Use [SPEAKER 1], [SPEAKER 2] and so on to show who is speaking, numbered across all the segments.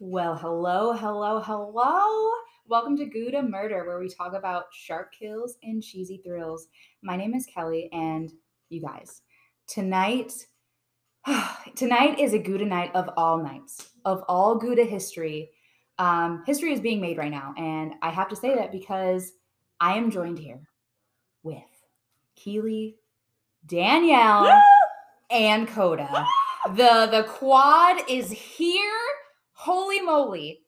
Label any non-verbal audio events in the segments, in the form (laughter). [SPEAKER 1] Well, hello, hello, hello. Welcome to Gouda Murder, where we talk about shark kills and cheesy thrills. My name is Kelly, and you guys, tonight, (sighs) tonight is a Gouda night of all nights, of all Gouda history. Um, history is being made right now, and I have to say that because I am joined here with Keely, Danielle, and Coda. the The quad is here. Holy moly!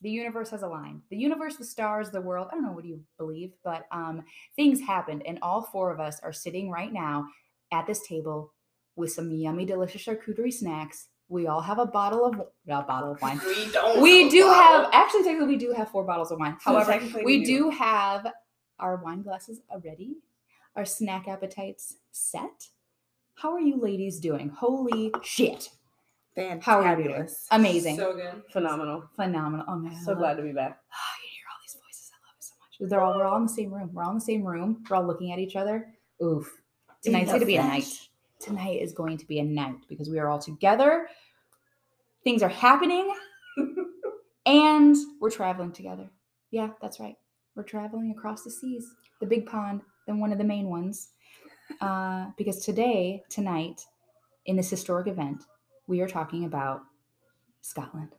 [SPEAKER 1] The universe has aligned. The universe, the stars, the world. I don't know what you believe, but um, things happened, and all four of us are sitting right now at this table with some yummy, delicious charcuterie snacks. We all have a bottle of a bottle of
[SPEAKER 2] (laughs)
[SPEAKER 1] wine.
[SPEAKER 3] We don't.
[SPEAKER 1] We
[SPEAKER 3] have a
[SPEAKER 1] do have
[SPEAKER 3] bottle.
[SPEAKER 1] actually technically we do have four bottles of wine.
[SPEAKER 3] So
[SPEAKER 1] However,
[SPEAKER 3] technically
[SPEAKER 1] we do have our wine glasses already, our snack appetites set. How are you ladies doing? Holy shit.
[SPEAKER 2] Fantabulous.
[SPEAKER 1] How are you doing? Amazing.
[SPEAKER 3] So good.
[SPEAKER 2] Phenomenal.
[SPEAKER 1] Phenomenal. Oh man. I
[SPEAKER 2] So
[SPEAKER 1] love-
[SPEAKER 2] glad to be back.
[SPEAKER 1] Ah, (sighs) you hear all these voices. I love it so much. They're all we're all in the same room. We're all in the same room. We're all looking at each other. Oof. Tonight's gonna be a night. Tonight is going to be a night because we are all together. Things are happening. and we're traveling together. Yeah, that's right. We're traveling across the seas, the big pond, then one of the main ones. Uh, because today, tonight, in this historic event, we are talking about Scotland.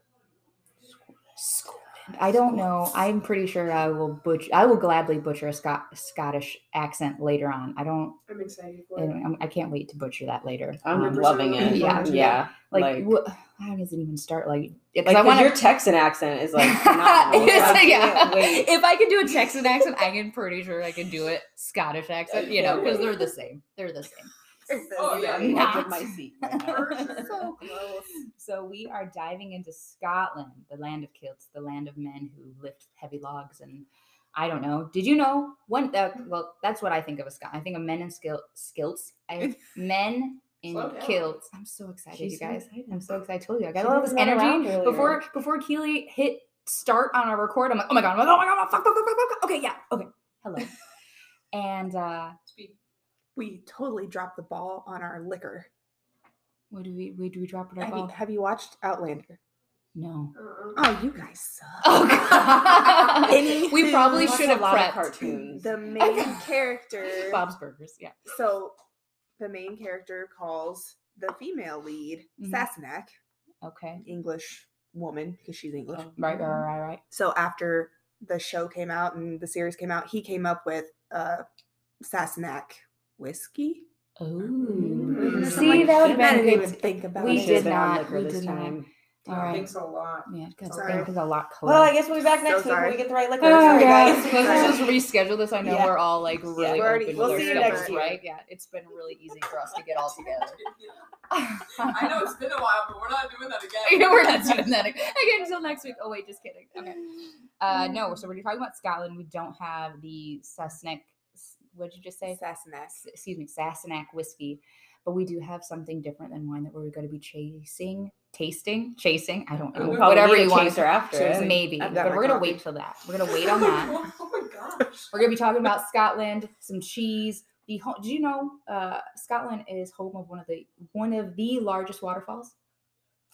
[SPEAKER 1] Scotland. I don't know. I'm pretty sure I will butcher. I will gladly butcher a Scot- Scottish accent later on. I don't.
[SPEAKER 3] I'm excited for
[SPEAKER 1] I
[SPEAKER 3] it.
[SPEAKER 1] don't- I can't wait to butcher that later.
[SPEAKER 2] I'm
[SPEAKER 1] Um,
[SPEAKER 2] loving it.
[SPEAKER 1] Yeah.
[SPEAKER 2] yeah.
[SPEAKER 1] like,
[SPEAKER 2] Like,
[SPEAKER 1] wha- how does it even start? Like, because
[SPEAKER 2] like
[SPEAKER 1] I want to (laughs)
[SPEAKER 2] your Texan accent is like phenomenal.
[SPEAKER 1] It's
[SPEAKER 2] I
[SPEAKER 1] like,
[SPEAKER 2] can't
[SPEAKER 1] yeah.
[SPEAKER 2] wait.
[SPEAKER 1] If I could do a Texan accent, I am pretty sure I could do it Scottish accent, you know, because they're the same. They're the same.
[SPEAKER 3] Oh, yeah.
[SPEAKER 2] I'm
[SPEAKER 1] Not.
[SPEAKER 2] edge of my seat.
[SPEAKER 3] (laughs)
[SPEAKER 2] right now.
[SPEAKER 3] For sure.
[SPEAKER 1] So (laughs) So we are diving into Scotland, the land of kilts, the land of men who lift heavy logs and I don't know. Did you know one? Uh, well, that's what I think of a Scot. I think of men in skill, skilts. I (laughs) men in
[SPEAKER 3] Slow down.
[SPEAKER 1] kilts. I'm so excited,
[SPEAKER 2] She's
[SPEAKER 1] you
[SPEAKER 2] so
[SPEAKER 1] guys.
[SPEAKER 2] excited.
[SPEAKER 1] I'm so excited. I told you, I got
[SPEAKER 2] She
[SPEAKER 1] all
[SPEAKER 2] was
[SPEAKER 1] this
[SPEAKER 2] not
[SPEAKER 1] energy.
[SPEAKER 2] around earlier.
[SPEAKER 1] before before Keely hit start on our record, I'm like, oh my god, I'm like, oh my god, fuck, fuck, fuck, fuck, fuck. Okay, yeah, okay,
[SPEAKER 2] (laughs)
[SPEAKER 1] hello. and uh,
[SPEAKER 3] Speak.
[SPEAKER 4] we totally dropped the ball on our liquor.
[SPEAKER 1] what do we, we do we drop it
[SPEAKER 4] Have you,
[SPEAKER 1] off?
[SPEAKER 4] have you watched Outlander?
[SPEAKER 1] No. (laughs)
[SPEAKER 3] Uh-uh.
[SPEAKER 4] Oh, you guys (laughs) suck.
[SPEAKER 1] Oh god. (laughs)
[SPEAKER 4] Anything
[SPEAKER 1] we probably
[SPEAKER 2] Watch
[SPEAKER 1] should
[SPEAKER 2] a
[SPEAKER 1] have
[SPEAKER 2] lot of
[SPEAKER 1] prepped. (laughs)
[SPEAKER 2] cartoons.
[SPEAKER 4] The main character.
[SPEAKER 1] Bob's Burgers, yeah.
[SPEAKER 4] So, the main character calls the female lead
[SPEAKER 1] Mhm.
[SPEAKER 4] Sassenach,
[SPEAKER 1] Okay.
[SPEAKER 4] English woman because she's English.
[SPEAKER 1] Oh, Right, right, right, right, right.
[SPEAKER 4] So after the show came out and the series came out, he came up with uh, Sassenach whiskey.
[SPEAKER 2] Mm-hmm.
[SPEAKER 1] Oh.
[SPEAKER 3] Mhm.
[SPEAKER 1] See, that would have
[SPEAKER 4] I
[SPEAKER 1] been
[SPEAKER 4] didn't
[SPEAKER 1] a
[SPEAKER 4] even
[SPEAKER 1] good.
[SPEAKER 4] think about
[SPEAKER 1] We
[SPEAKER 4] it.
[SPEAKER 1] did
[SPEAKER 2] Should've been on
[SPEAKER 1] not-
[SPEAKER 2] liquor
[SPEAKER 1] we
[SPEAKER 2] this
[SPEAKER 1] did not.
[SPEAKER 2] time.
[SPEAKER 1] All right.
[SPEAKER 3] Thanks a lot.
[SPEAKER 1] Yeah, because
[SPEAKER 4] Sorry.
[SPEAKER 1] there's a lot color.
[SPEAKER 2] Well, I guess we'll be back
[SPEAKER 4] So
[SPEAKER 2] next week when
[SPEAKER 4] sorry.
[SPEAKER 2] we get the right liquor.
[SPEAKER 1] Oh,
[SPEAKER 2] Sorry,
[SPEAKER 1] guys,
[SPEAKER 2] guys.
[SPEAKER 1] let's just
[SPEAKER 2] (laughs)
[SPEAKER 1] reschedule this. I know
[SPEAKER 2] Yeah.
[SPEAKER 1] we're all like really
[SPEAKER 2] we're
[SPEAKER 4] already-
[SPEAKER 1] open
[SPEAKER 4] we'll
[SPEAKER 1] with our
[SPEAKER 4] see you
[SPEAKER 1] schedules,
[SPEAKER 2] next year.
[SPEAKER 1] right? Yeah, it's been really easy for us to get
[SPEAKER 2] (laughs)
[SPEAKER 1] all together.
[SPEAKER 3] I know it's been a while, but we're not doing
[SPEAKER 1] (laughs)
[SPEAKER 3] that
[SPEAKER 1] You
[SPEAKER 3] again.
[SPEAKER 1] know, we're
[SPEAKER 2] (laughs)
[SPEAKER 1] not doing that again Okay, until next week. Oh wait, just kidding. Okay. Uh, no, so we're talking about Scotland. We don't have the Sassnick. What'd you just say?
[SPEAKER 4] Sassenach.
[SPEAKER 1] S- Excuse me, Sassenach whiskey, but we do have something different than wine that we're going to be chasing, tasting, chasing. I don't know.
[SPEAKER 3] We
[SPEAKER 2] Probably
[SPEAKER 1] Whatever
[SPEAKER 2] need a
[SPEAKER 1] you want
[SPEAKER 2] chaser after
[SPEAKER 1] to
[SPEAKER 2] it.
[SPEAKER 1] maybe, but
[SPEAKER 4] I've got my
[SPEAKER 1] we're going to
[SPEAKER 4] coffee.
[SPEAKER 1] wait till that. We're going to wait on that.
[SPEAKER 2] (laughs)
[SPEAKER 3] oh my gosh.
[SPEAKER 1] We're gonna be talking about Scotland, some cheese. The home, did you know uh, Scotland is home of one of the one of the largest waterfalls?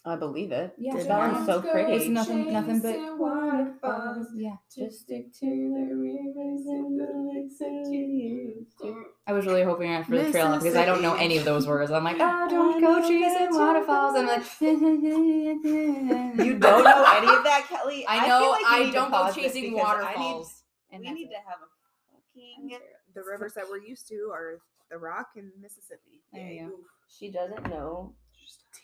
[SPEAKER 2] I believe it.
[SPEAKER 1] Yeah,
[SPEAKER 2] That
[SPEAKER 1] sure.
[SPEAKER 2] one's so
[SPEAKER 3] Let's go
[SPEAKER 2] pretty.
[SPEAKER 1] It's nothing, nothing
[SPEAKER 3] Chasing
[SPEAKER 1] but (laughs)
[SPEAKER 3] waterfalls.
[SPEAKER 1] Yeah,
[SPEAKER 2] Just stick to the rivers and the lakes and you.
[SPEAKER 1] I was really hoping after the trailer because I don't know any of those words. I'm like, oh, don't
[SPEAKER 2] I
[SPEAKER 1] go
[SPEAKER 2] know
[SPEAKER 1] chasing
[SPEAKER 2] that's
[SPEAKER 1] waterfalls. I'm like, (laughs)
[SPEAKER 2] You
[SPEAKER 1] you
[SPEAKER 2] don't know any of that, Kelly.
[SPEAKER 1] I
[SPEAKER 2] feel
[SPEAKER 1] know
[SPEAKER 2] like we
[SPEAKER 1] I
[SPEAKER 2] need to
[SPEAKER 1] don't go
[SPEAKER 2] pause this
[SPEAKER 1] chasing
[SPEAKER 2] because I need-
[SPEAKER 1] waterfalls. And
[SPEAKER 2] we
[SPEAKER 1] that's
[SPEAKER 2] need
[SPEAKER 1] it.
[SPEAKER 2] to have a fucking.
[SPEAKER 4] The rivers that we're used to are The Rock and Mississippi.
[SPEAKER 1] There you go.
[SPEAKER 2] She doesn't know.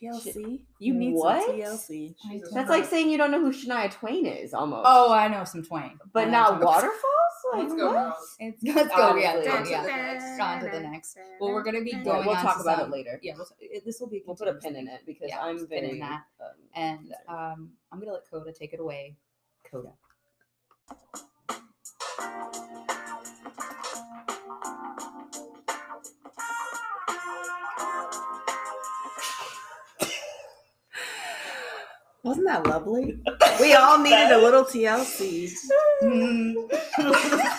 [SPEAKER 4] TLC.
[SPEAKER 2] You
[SPEAKER 4] You
[SPEAKER 2] need
[SPEAKER 4] need
[SPEAKER 2] some
[SPEAKER 4] what? TLC.
[SPEAKER 1] I
[SPEAKER 3] Jesus
[SPEAKER 1] don't-
[SPEAKER 2] That's like saying you don't know who Shania Twain is, almost.
[SPEAKER 1] Oh, I know some twang, I
[SPEAKER 2] but
[SPEAKER 1] know
[SPEAKER 2] not
[SPEAKER 1] some-
[SPEAKER 2] waterfalls. Like
[SPEAKER 3] Let's go,
[SPEAKER 2] what?
[SPEAKER 3] girls.
[SPEAKER 1] (laughs) It's let's go, yeah,
[SPEAKER 2] Honestly.
[SPEAKER 1] yeah,
[SPEAKER 2] Down to
[SPEAKER 1] yeah.
[SPEAKER 2] the-
[SPEAKER 1] On to the next. Well, we're gonna be
[SPEAKER 4] Well,
[SPEAKER 1] going.
[SPEAKER 2] Yeah, we'll
[SPEAKER 1] on
[SPEAKER 2] talk
[SPEAKER 1] to
[SPEAKER 2] about
[SPEAKER 1] some-
[SPEAKER 2] it later.
[SPEAKER 1] Yeah, we'll, it, this will be.
[SPEAKER 2] We'll put a
[SPEAKER 1] continuous
[SPEAKER 2] pin
[SPEAKER 1] thing.
[SPEAKER 2] in it because
[SPEAKER 1] Yeah,
[SPEAKER 2] I'm
[SPEAKER 1] let's pin in
[SPEAKER 2] very.
[SPEAKER 1] that.
[SPEAKER 2] um,
[SPEAKER 1] And
[SPEAKER 2] sorry.
[SPEAKER 1] um, I'm gonna let Coda take it away. Coda.
[SPEAKER 4] Wasn't that lovely? (laughs) we all needed a little TLC.
[SPEAKER 1] I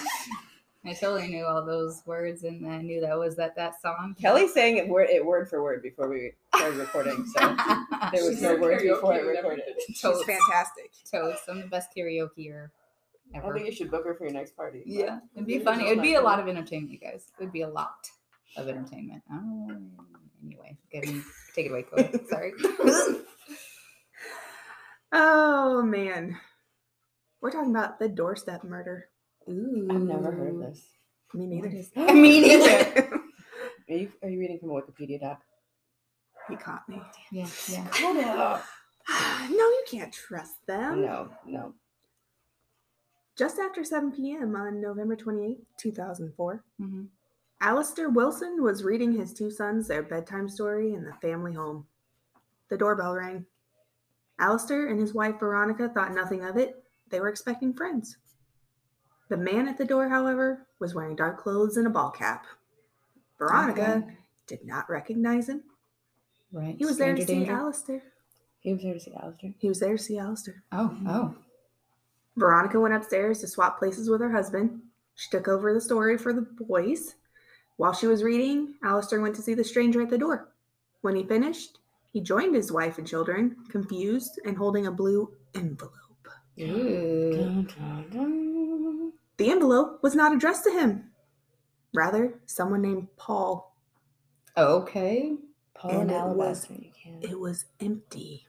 [SPEAKER 1] I totally knew all those words, and I knew that was that that song.
[SPEAKER 2] Kelly sang it word, it word for word before we started recording, so there was
[SPEAKER 3] She
[SPEAKER 2] no
[SPEAKER 3] said
[SPEAKER 2] words before I
[SPEAKER 3] karaoke and
[SPEAKER 2] recorded.
[SPEAKER 3] everything.
[SPEAKER 4] She's
[SPEAKER 1] totes,
[SPEAKER 4] (laughs) fantastic.
[SPEAKER 1] totes. I'm the best karaokeer
[SPEAKER 2] I
[SPEAKER 1] ever.
[SPEAKER 2] think you should book her for your next party. but-
[SPEAKER 1] yeah, it'd be
[SPEAKER 2] Maybe
[SPEAKER 1] funny.
[SPEAKER 2] she'll
[SPEAKER 1] It'd be a
[SPEAKER 2] like
[SPEAKER 1] lot
[SPEAKER 2] it.
[SPEAKER 1] of entertainment, you guys. It'd be a lot of entertainment. Oh, anyway, get me, take it away,
[SPEAKER 4] (laughs)
[SPEAKER 1] Chloe. Sorry.
[SPEAKER 4] Oh man, we're talking about the doorstep murder.
[SPEAKER 1] Ooh,
[SPEAKER 2] I've never heard this.
[SPEAKER 4] (laughs) Me
[SPEAKER 2] Mm-hmm.
[SPEAKER 4] neither.
[SPEAKER 1] I mean, neither.
[SPEAKER 2] Are you, are you reading from a Wikipedia (gasps) doc?
[SPEAKER 4] (laughs) he caught me. (sighs)
[SPEAKER 1] Yeah, yeah.
[SPEAKER 2] Hold up.
[SPEAKER 4] no, you can't trust them.
[SPEAKER 2] No, no.
[SPEAKER 4] Just after 7 p.m. on November 28, 2004,
[SPEAKER 1] hmm
[SPEAKER 4] Alistair Wilson was reading his two sons their bedtime story in the family home. The doorbell rang. Alistair and his wife Veronica thought nothing of it. They were expecting friends. The man at the door, however, was wearing dark clothes and a ball cap. Veronica did not recognize him.
[SPEAKER 1] Right.
[SPEAKER 4] He was there to
[SPEAKER 1] stranger
[SPEAKER 4] see
[SPEAKER 1] danger.
[SPEAKER 4] Alistair.
[SPEAKER 2] He was there to see Alistair.
[SPEAKER 4] He was there to see Alistair.
[SPEAKER 1] Oh, oh.
[SPEAKER 4] Veronica went upstairs to swap places with her husband. She took over the story for the boys. While she was reading, Alistair went to see the stranger at the door. When he finished, he joined his wife and children, confused and holding a blue envelope.
[SPEAKER 1] Ooh.
[SPEAKER 2] Dun, dun, dun.
[SPEAKER 4] The envelope was not addressed to him. Rather, someone named Paul.
[SPEAKER 1] oh. Okay.
[SPEAKER 2] Paul and
[SPEAKER 4] And it was-
[SPEAKER 2] Alabaster, you can't.
[SPEAKER 4] It was empty.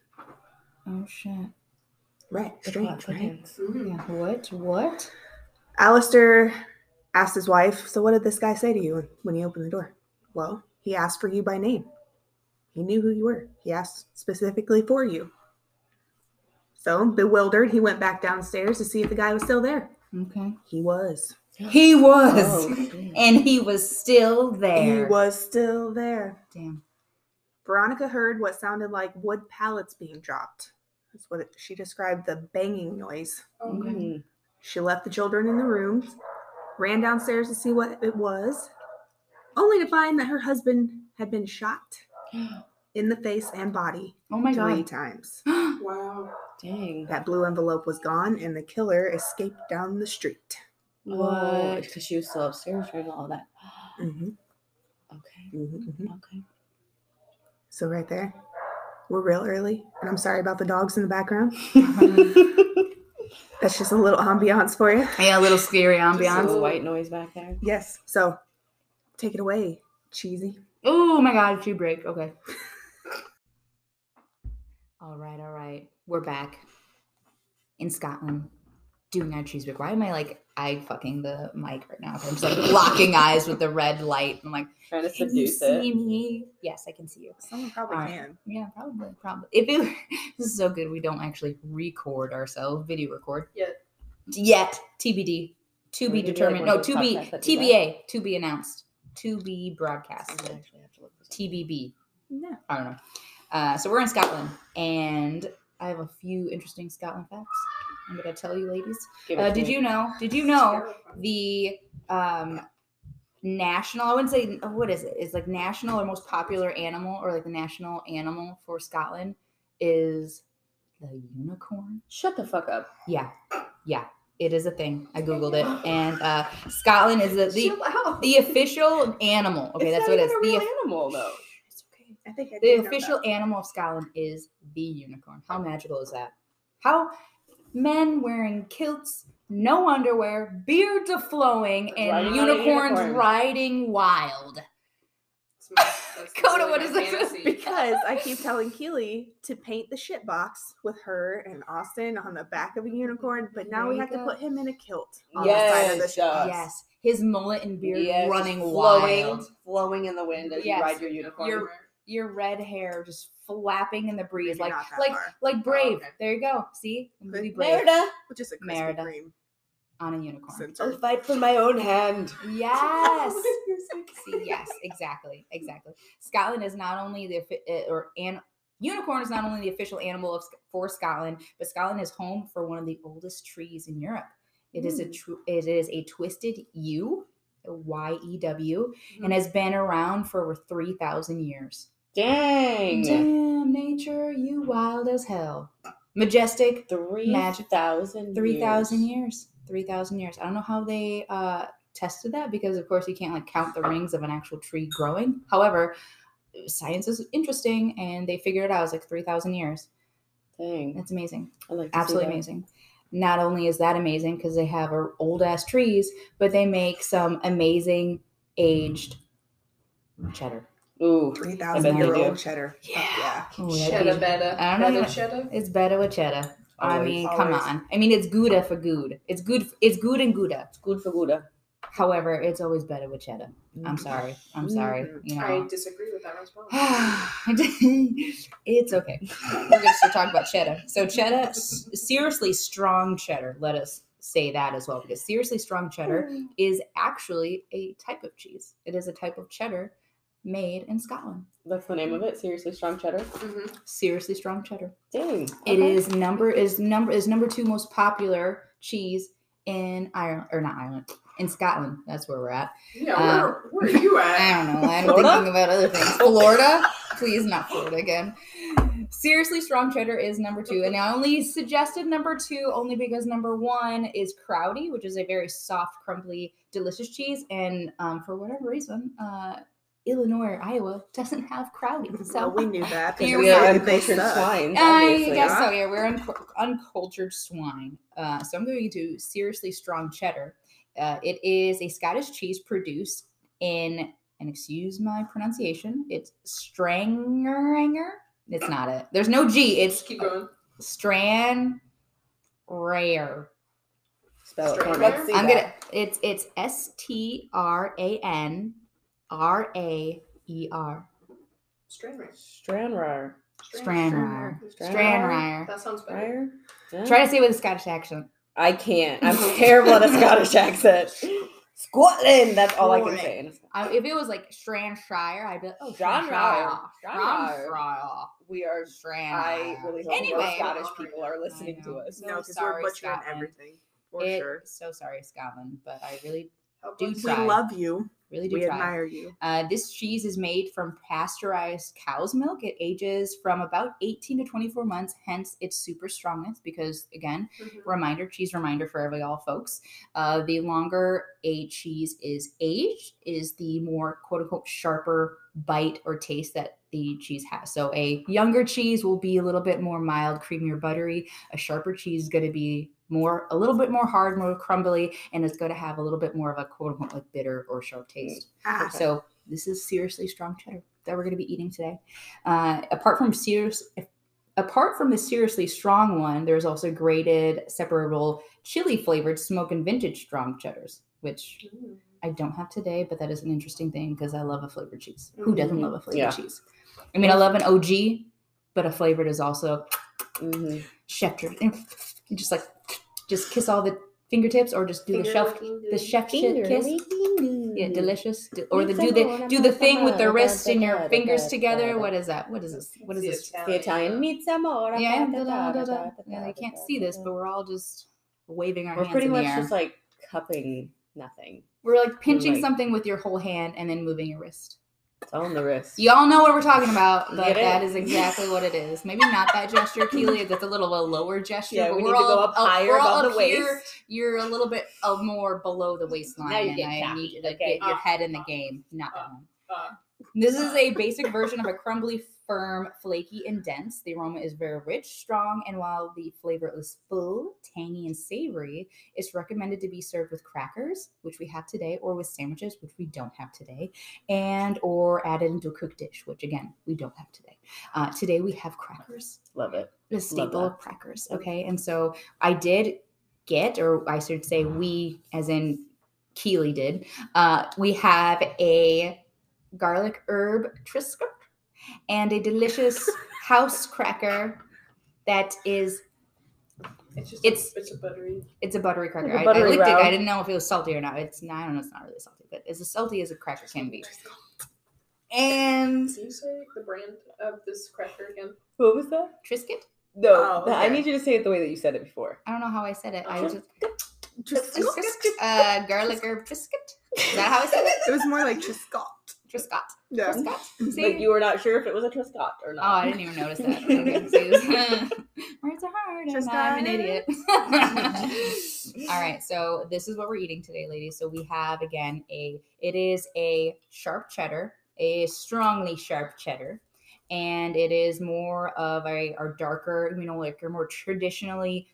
[SPEAKER 1] Oh shit.
[SPEAKER 4] Right.
[SPEAKER 2] Good
[SPEAKER 4] Strange,
[SPEAKER 2] plot
[SPEAKER 4] right?
[SPEAKER 2] thickens.
[SPEAKER 3] Mm.
[SPEAKER 1] Yeah. What? What?
[SPEAKER 4] Alistair asked his wife, So what did this guy say to you when he opened the door? Well, he asked for you by name. He knew who you were. He asked specifically for you. So, bewildered, he went back downstairs to see if the guy was still there.
[SPEAKER 1] Okay.
[SPEAKER 4] He was.
[SPEAKER 1] He was,
[SPEAKER 2] (laughs) Oh, shit.
[SPEAKER 1] and he was still there.
[SPEAKER 4] He was still there.
[SPEAKER 1] Damn.
[SPEAKER 4] Veronica heard what sounded like wood pallets being dropped. That's what it, she described the banging noise.
[SPEAKER 1] Okay.
[SPEAKER 2] Mm.
[SPEAKER 4] She left the children in the rooms, ran downstairs to see what it was, only to find that her husband had been (gasps) shot in the face and body
[SPEAKER 1] Oh my
[SPEAKER 4] three
[SPEAKER 1] god.
[SPEAKER 4] times.
[SPEAKER 3] Wow.
[SPEAKER 2] Dang.
[SPEAKER 4] That blue envelope was gone, and the killer escaped down the street.
[SPEAKER 2] Whoa.
[SPEAKER 4] Oh.
[SPEAKER 1] What? (laughs)
[SPEAKER 2] Because she was still upstairs reading all that. Mm-hmm.
[SPEAKER 4] Mhm,
[SPEAKER 2] Okay.
[SPEAKER 4] mhm, mhm.
[SPEAKER 2] Okay.
[SPEAKER 4] So, right there, we're real early, and I'm sorry about the dogs in the background. That's just a little ambiance for you.
[SPEAKER 1] yeah, a little scary
[SPEAKER 2] Beyond
[SPEAKER 1] ambiance.
[SPEAKER 3] So-
[SPEAKER 2] white noise back there.
[SPEAKER 4] Yes. So, take it away, cheesy.
[SPEAKER 1] Oh my god, shoe break. Okay. (laughs) all right, all right. We're back in Scotland doing our cheese break. Why am I like eye fucking the mic right now? I'm just (laughs) like locking eyes with the red light. I'm like,
[SPEAKER 2] Trying to
[SPEAKER 1] can you
[SPEAKER 2] seduce
[SPEAKER 1] see
[SPEAKER 2] it.
[SPEAKER 1] me? Yes, I can see you.
[SPEAKER 4] Someone probably
[SPEAKER 1] All right.
[SPEAKER 4] can.
[SPEAKER 1] Yeah, probably, probably. If it (laughs) this is so good, we don't actually record ourselves, video record
[SPEAKER 3] Yet.
[SPEAKER 1] yet. TBD, to
[SPEAKER 2] Maybe
[SPEAKER 1] be
[SPEAKER 2] like
[SPEAKER 1] determined.
[SPEAKER 2] one
[SPEAKER 1] No,
[SPEAKER 2] of
[SPEAKER 1] to
[SPEAKER 2] those
[SPEAKER 1] be
[SPEAKER 2] podcasts that do that.
[SPEAKER 1] TBA, to be announced, to be
[SPEAKER 2] I'm
[SPEAKER 1] broadcast.
[SPEAKER 2] gonna actually have to look for something.
[SPEAKER 1] TBB.
[SPEAKER 4] No.
[SPEAKER 1] I don't know. Uh, so we're in Scotland, and I have a few interesting Scotland facts. I'm gonna tell you, ladies.
[SPEAKER 2] Give it
[SPEAKER 1] Uh,
[SPEAKER 2] to
[SPEAKER 1] did
[SPEAKER 2] me.
[SPEAKER 1] you know? Did you know the um national i wouldn't say what is it it's like national or most popular animal or like the national animal for scotland is the unicorn
[SPEAKER 2] Shut the fuck up.
[SPEAKER 1] yeah yeah it is a thing i googled it and uh scotland is the the,
[SPEAKER 2] (laughs)
[SPEAKER 1] the official animal okay that's what it is
[SPEAKER 2] A
[SPEAKER 1] the
[SPEAKER 2] real
[SPEAKER 1] of-
[SPEAKER 2] animal though.
[SPEAKER 1] It's okay.
[SPEAKER 4] I think I
[SPEAKER 1] the
[SPEAKER 4] did know
[SPEAKER 1] official
[SPEAKER 4] that.
[SPEAKER 1] animal of scotland is the unicorn how magical is that how men wearing kilts no underwear beards are flowing and
[SPEAKER 2] Riding on a
[SPEAKER 1] unicorns
[SPEAKER 2] unicorn.
[SPEAKER 1] riding wild Coda, what is this? (laughs)
[SPEAKER 4] because I keep telling Keely to paint the shit box with her and Austin on the back of a unicorn, but now we
[SPEAKER 1] There
[SPEAKER 4] have
[SPEAKER 1] you
[SPEAKER 4] to
[SPEAKER 1] go.
[SPEAKER 4] put him in a kilt on the side of the
[SPEAKER 2] Yes.
[SPEAKER 4] shit box.
[SPEAKER 1] Yes, his mullet and beard
[SPEAKER 2] Yes,
[SPEAKER 1] running
[SPEAKER 2] flowing,
[SPEAKER 1] wild.
[SPEAKER 2] flowing in the wind as
[SPEAKER 1] Yes.
[SPEAKER 2] you ride your unicorn.
[SPEAKER 1] Your your red hair just flapping in the breeze,
[SPEAKER 4] Maybe
[SPEAKER 1] like
[SPEAKER 4] not that
[SPEAKER 1] like
[SPEAKER 4] far.
[SPEAKER 1] like Brave.
[SPEAKER 3] okay.
[SPEAKER 1] There you go. See, the
[SPEAKER 4] Good.
[SPEAKER 1] movie Brave
[SPEAKER 2] Merida,
[SPEAKER 4] which is a Krispy
[SPEAKER 1] Merida.
[SPEAKER 4] Kreme
[SPEAKER 1] on a unicorn.
[SPEAKER 4] center.
[SPEAKER 2] fight for my own hand.
[SPEAKER 1] Yes. See, yes, exactly, exactly. Scotland is not only the offi- uh, or an unicorn is not only the official animal of, Sc- for Scotland, but Scotland is home for one of the oldest trees in Europe. It is a tru- it is a twisted yew, Y E W, and has been around for over three thousand years.
[SPEAKER 2] Dang.
[SPEAKER 1] Damn nature, you wild as hell, majestic.
[SPEAKER 2] Three
[SPEAKER 1] Magic.
[SPEAKER 2] thousand.
[SPEAKER 1] Three thousand years. Three thousand years. I don't know how they uh, tested that because, of course, you can't like count the rings of an actual tree growing. However, science is interesting, and they figured it out. It was like three thousand years.
[SPEAKER 2] Dang.
[SPEAKER 1] That's amazing.
[SPEAKER 2] I like to see
[SPEAKER 1] Absolutely
[SPEAKER 2] that.
[SPEAKER 1] amazing. Not only is that amazing because they have old ass trees, but they make some amazing aged cheddar.
[SPEAKER 2] Ooh.
[SPEAKER 4] 3,000
[SPEAKER 1] I bet
[SPEAKER 4] year
[SPEAKER 1] they
[SPEAKER 4] old
[SPEAKER 2] do.
[SPEAKER 4] cheddar.
[SPEAKER 1] Yeah. Oh, that'd
[SPEAKER 3] Cheddar
[SPEAKER 1] be-
[SPEAKER 3] better.
[SPEAKER 1] I don't know.
[SPEAKER 3] Better cheddar.
[SPEAKER 1] It's better with cheddar. I
[SPEAKER 2] Always,
[SPEAKER 1] mean, come
[SPEAKER 2] always.
[SPEAKER 1] on. I mean, it's Gouda for good. It's good. It's good and Gouda.
[SPEAKER 2] Good for Gouda.
[SPEAKER 1] However, it's always better with cheddar.
[SPEAKER 2] Mm.
[SPEAKER 1] I'm sorry. I'm sorry.
[SPEAKER 4] Mhm.
[SPEAKER 1] You
[SPEAKER 3] I
[SPEAKER 1] know. (sighs)
[SPEAKER 3] disagree with that response.
[SPEAKER 1] it's okay. We're going to start talking about cheddar. So cheddar, s- seriously strong cheddar. Let us say that as well, because seriously strong cheddar is actually a type of cheese. It is a type of cheddar made in Scotland.
[SPEAKER 2] That's the name of it. Seriously, strong cheddar.
[SPEAKER 3] Mhm.
[SPEAKER 1] Seriously strong cheddar.
[SPEAKER 2] Dang.
[SPEAKER 1] It is number is number is number two most popular cheese in Ireland or not Ireland in Scotland. That's where we're at.
[SPEAKER 3] Yeah,
[SPEAKER 1] Um,
[SPEAKER 3] where, where are you
[SPEAKER 1] I (laughs)
[SPEAKER 3] at?
[SPEAKER 1] don't know. I'm
[SPEAKER 2] Florida?
[SPEAKER 1] thinking about other things. Florida, please not Florida again. Seriously, strong cheddar is number two, and I only suggested number two only because number one is Crowdy, which is a very soft, crumbly, delicious cheese, and um, for whatever reason, uh, Illinois or Iowa doesn't have Crowdy, so
[SPEAKER 4] Well, we knew that
[SPEAKER 1] Here
[SPEAKER 4] because
[SPEAKER 1] we
[SPEAKER 4] we
[SPEAKER 1] are.
[SPEAKER 4] are they
[SPEAKER 2] uncultured
[SPEAKER 4] suck.
[SPEAKER 2] swine.
[SPEAKER 1] I
[SPEAKER 2] obviously.
[SPEAKER 1] guess so. Uh, Yeah, we're uncu- uncultured swine. Uh, so I'm going to do seriously strong cheddar. Uh, it is a Scottish cheese produced in, and excuse my pronunciation, it's Strangeranger. It's not it. There's no G. It's
[SPEAKER 3] Just keep going.
[SPEAKER 1] Stran Rare.
[SPEAKER 2] Spell it.
[SPEAKER 3] Straight
[SPEAKER 2] Let's
[SPEAKER 3] there?
[SPEAKER 2] see
[SPEAKER 1] I'm
[SPEAKER 2] that.
[SPEAKER 1] gonna. It's it's S T R A N R A E R.
[SPEAKER 3] Stranraer.
[SPEAKER 2] Stranraer.
[SPEAKER 1] Stranraer.
[SPEAKER 2] Stranraer.
[SPEAKER 1] Stranraer.
[SPEAKER 3] That sounds better.
[SPEAKER 2] Ryer? Yeah.
[SPEAKER 1] Try to say it with a Scottish accent.
[SPEAKER 2] I
[SPEAKER 1] (laughs)
[SPEAKER 2] can't. I'm terrible at a Scottish accent. Scotland. That's all I can say. in a-
[SPEAKER 1] I, if it was like Stranshire, I'd be like, oh, Stranshire.
[SPEAKER 2] Stranraer. Stranraer.
[SPEAKER 1] Stranshire.
[SPEAKER 2] We are.
[SPEAKER 1] Stranraer.
[SPEAKER 2] I really hope no
[SPEAKER 1] anyway,
[SPEAKER 2] Scottish people are listening to
[SPEAKER 1] know.
[SPEAKER 2] us.
[SPEAKER 1] So
[SPEAKER 4] No, because
[SPEAKER 1] sorry,
[SPEAKER 4] we're butchering
[SPEAKER 1] Scotland.
[SPEAKER 4] everything. For
[SPEAKER 1] it-
[SPEAKER 4] sure.
[SPEAKER 1] So sorry, Scotland, but I really,
[SPEAKER 3] Help
[SPEAKER 1] Dude,
[SPEAKER 3] us.
[SPEAKER 4] We
[SPEAKER 1] try.
[SPEAKER 4] love you.
[SPEAKER 1] really do
[SPEAKER 4] We
[SPEAKER 1] try.
[SPEAKER 4] admire you.
[SPEAKER 1] Uh, this cheese is made from pasteurized cow's milk. It ages from about 18 to 24 months, hence its super strongness. Because again,
[SPEAKER 3] Mhm.
[SPEAKER 1] reminder, cheese reminder for every all folks. Uh, the longer a cheese is aged, is the more quote unquote sharper bite or taste that the cheese has. So a younger cheese will be a little bit more mild, creamier, buttery. A sharper cheese is going to be more a little bit more hard, more crumbly, and it's going to have a little bit more of a quote unquote like bitter or sharp taste.
[SPEAKER 4] Ah,
[SPEAKER 2] Okay.
[SPEAKER 1] So this is seriously strong cheddar that we're going to be eating today. Uh, apart from serious, apart from the seriously strong one, there's also grated, separable, chili flavored, smoke and vintage strong cheddars, which
[SPEAKER 3] Mm.
[SPEAKER 1] I don't have today, but that is an interesting thing because I love a flavored cheese. Who doesn't
[SPEAKER 2] Mhm.
[SPEAKER 1] love a flavored
[SPEAKER 2] Yeah.
[SPEAKER 1] cheese? I mean, I love an OG, but a flavored is also
[SPEAKER 2] Mhm.
[SPEAKER 1] chef drink. You Just like, just kiss all the fingertips, or just do the
[SPEAKER 3] Finger
[SPEAKER 1] shelf,
[SPEAKER 3] looking
[SPEAKER 1] the
[SPEAKER 3] good.
[SPEAKER 1] chef shit kiss. Yeah,
[SPEAKER 2] Mm-hmm.
[SPEAKER 1] delicious. d- Or the,
[SPEAKER 2] Pizza
[SPEAKER 1] do the
[SPEAKER 2] bowl,
[SPEAKER 1] do the thing with the
[SPEAKER 2] amore,
[SPEAKER 1] wrist and your
[SPEAKER 2] da, da,
[SPEAKER 1] fingers
[SPEAKER 2] da,
[SPEAKER 1] together.
[SPEAKER 2] da.
[SPEAKER 1] What is that? What is this? What is
[SPEAKER 3] The
[SPEAKER 1] this?
[SPEAKER 2] The Italian pizza amore.
[SPEAKER 1] Yeah,
[SPEAKER 2] da, da, da, da, da,
[SPEAKER 1] yeah,
[SPEAKER 2] da,
[SPEAKER 1] you can't
[SPEAKER 2] da,
[SPEAKER 1] see
[SPEAKER 2] da,
[SPEAKER 1] this,
[SPEAKER 2] da.
[SPEAKER 1] but we're all just waving our
[SPEAKER 2] we're
[SPEAKER 1] hands
[SPEAKER 2] pretty
[SPEAKER 1] in
[SPEAKER 2] much
[SPEAKER 1] the air.
[SPEAKER 2] just like cupping nothing.
[SPEAKER 1] we're like pinching
[SPEAKER 2] like-
[SPEAKER 1] something with your whole hand and then moving your wrist.
[SPEAKER 2] It's all in the wrist.
[SPEAKER 1] Y'all know what we're talking about,
[SPEAKER 2] You
[SPEAKER 1] but
[SPEAKER 2] get it?
[SPEAKER 1] that is exactly what it is. Maybe not that
[SPEAKER 2] (laughs)
[SPEAKER 1] gesture, Keely. That's a little of a lower gesture.
[SPEAKER 2] Yeah,
[SPEAKER 1] but
[SPEAKER 2] we
[SPEAKER 1] are
[SPEAKER 2] need to
[SPEAKER 1] all
[SPEAKER 2] go up higher
[SPEAKER 1] we're all
[SPEAKER 2] above
[SPEAKER 1] up
[SPEAKER 2] the
[SPEAKER 1] here.
[SPEAKER 2] waist.
[SPEAKER 1] You're a little bit uh, more below the waistline,
[SPEAKER 2] Now you're
[SPEAKER 1] and
[SPEAKER 2] getting
[SPEAKER 1] I
[SPEAKER 2] cocky,
[SPEAKER 1] need you to
[SPEAKER 2] okay.
[SPEAKER 1] get your
[SPEAKER 3] Uh,
[SPEAKER 1] head in the
[SPEAKER 3] uh,
[SPEAKER 1] game. Not that one.
[SPEAKER 3] Uh,
[SPEAKER 1] This is a basic version of a crumbly, firm, flaky, and dense. The aroma is very rich, strong, and while the flavor is full, tangy, and savory, it's recommended to be served with crackers, which we have today, or with sandwiches, which we don't have today, and or added into a cooked dish, which again we don't have today. Uh, today we have crackers
[SPEAKER 2] Love it.
[SPEAKER 1] the staple
[SPEAKER 2] that.
[SPEAKER 1] of crackers. Okay. And so I did get, or I should say we, as in Keely did, uh, we have a garlic herb triscuit and a
[SPEAKER 2] (laughs)
[SPEAKER 1] delicious house cracker that is,
[SPEAKER 3] it's just
[SPEAKER 1] It's-
[SPEAKER 3] it's a buttery.
[SPEAKER 1] it's a buttery cracker.
[SPEAKER 2] a
[SPEAKER 1] I- I,
[SPEAKER 2] buttery
[SPEAKER 1] licked it. I
[SPEAKER 2] round.
[SPEAKER 1] didn't know if it was salty or not. It's, I don't know, it's not really salty, but it's as salty as a cracker can be. And
[SPEAKER 3] Can you say the brand of this cracker again?
[SPEAKER 2] What was that?
[SPEAKER 1] Triscuit?
[SPEAKER 2] No,
[SPEAKER 4] Oh,
[SPEAKER 2] that- I
[SPEAKER 4] okay.
[SPEAKER 2] need you to say it the way that you said it before.
[SPEAKER 1] I don't know how I said it. I
[SPEAKER 3] Uh,
[SPEAKER 1] just,
[SPEAKER 4] Just-
[SPEAKER 1] uh, garlic herb triscuit. Is that how I said
[SPEAKER 2] (laughs)
[SPEAKER 1] it?
[SPEAKER 4] it was more like Triscott.
[SPEAKER 1] Triscot.
[SPEAKER 4] Yeah.
[SPEAKER 1] Triscot. See?
[SPEAKER 2] Like you were not sure if it was a Triscott or
[SPEAKER 1] Oh, I
[SPEAKER 2] not.
[SPEAKER 1] didn't even notice that. (laughs) Okay, so it was- Words are hard, and
[SPEAKER 4] Just
[SPEAKER 1] I'm an
[SPEAKER 4] got it.
[SPEAKER 1] idiot. (laughs) All right, so this is what we're eating today, ladies. So we have again a it is a sharp cheddar, a strongly sharp cheddar, and it is more of a our darker, you know, like your more traditionally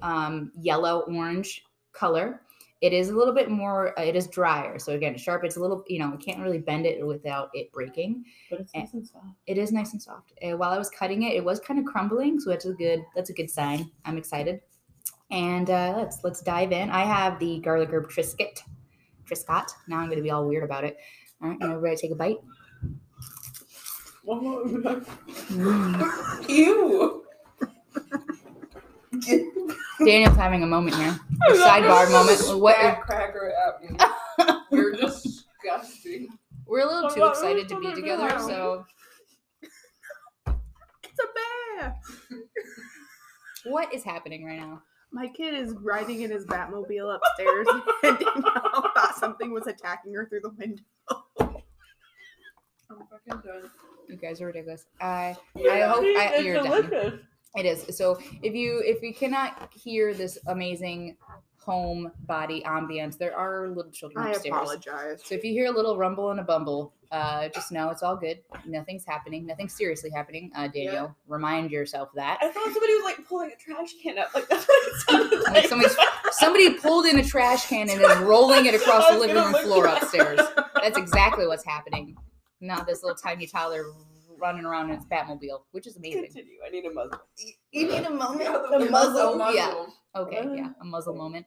[SPEAKER 1] um, yellow orange color. It is a little bit more. uh, It is drier. So again, sharp. It's a little. You know, we can't really bend it without it breaking.
[SPEAKER 2] But it's
[SPEAKER 1] Eh.
[SPEAKER 2] nice and soft.
[SPEAKER 1] It is nice and soft. Uh, while I was cutting it, it was kind of crumbling. So that's a good. That's a good sign. I'm excited. And uh, let's let's dive in. I have the garlic herb trisket, triscot. Now I'm going to be all weird about it. All right, and everybody take a bite.
[SPEAKER 2] Ew.
[SPEAKER 1] Daniel's having a moment here. A sidebar moment. What?
[SPEAKER 3] (laughs) cracker at me.
[SPEAKER 1] (laughs)
[SPEAKER 3] You're disgusting.
[SPEAKER 1] We're a little too excited to be together, so
[SPEAKER 4] It's a bear.
[SPEAKER 1] what is happening right now?
[SPEAKER 4] My kid is riding in his Batmobile upstairs, (laughs) and Danielle thought something was attacking her through the window.
[SPEAKER 3] I'm fucking done.
[SPEAKER 1] You guys are ridiculous. I I hope I, you're done. It is. So if you if you cannot hear this amazing home body ambience, there are little children (laughs)
[SPEAKER 4] I
[SPEAKER 1] upstairs.
[SPEAKER 4] apologize.
[SPEAKER 1] So if you hear a little rumble and a bumble, uh, just know it's all good. Nothing's happening. Nothing's seriously happening. Uh, Daniel, remind yourself that.
[SPEAKER 2] I thought somebody was like pulling a trash can up. Like that's what it sounded
[SPEAKER 1] (laughs)
[SPEAKER 2] like.
[SPEAKER 1] Like somebody's, somebody pulled in a trash can and
[SPEAKER 2] (laughs)
[SPEAKER 1] is rolling it across
[SPEAKER 2] I
[SPEAKER 1] the
[SPEAKER 2] was
[SPEAKER 1] living
[SPEAKER 2] gonna
[SPEAKER 1] room
[SPEAKER 2] look
[SPEAKER 1] floor
[SPEAKER 2] at-
[SPEAKER 1] upstairs. That's exactly what's happening. Not this little tiny toddler running around in its Batmobile, which is amazing.
[SPEAKER 2] Continue. I need a muzzle. You need a moment.
[SPEAKER 3] Yeah,
[SPEAKER 2] The Oh muzzle.
[SPEAKER 1] muzzle. yeah.
[SPEAKER 3] muzzle.
[SPEAKER 1] Okay,
[SPEAKER 2] Uh.
[SPEAKER 1] yeah, a muzzle moment.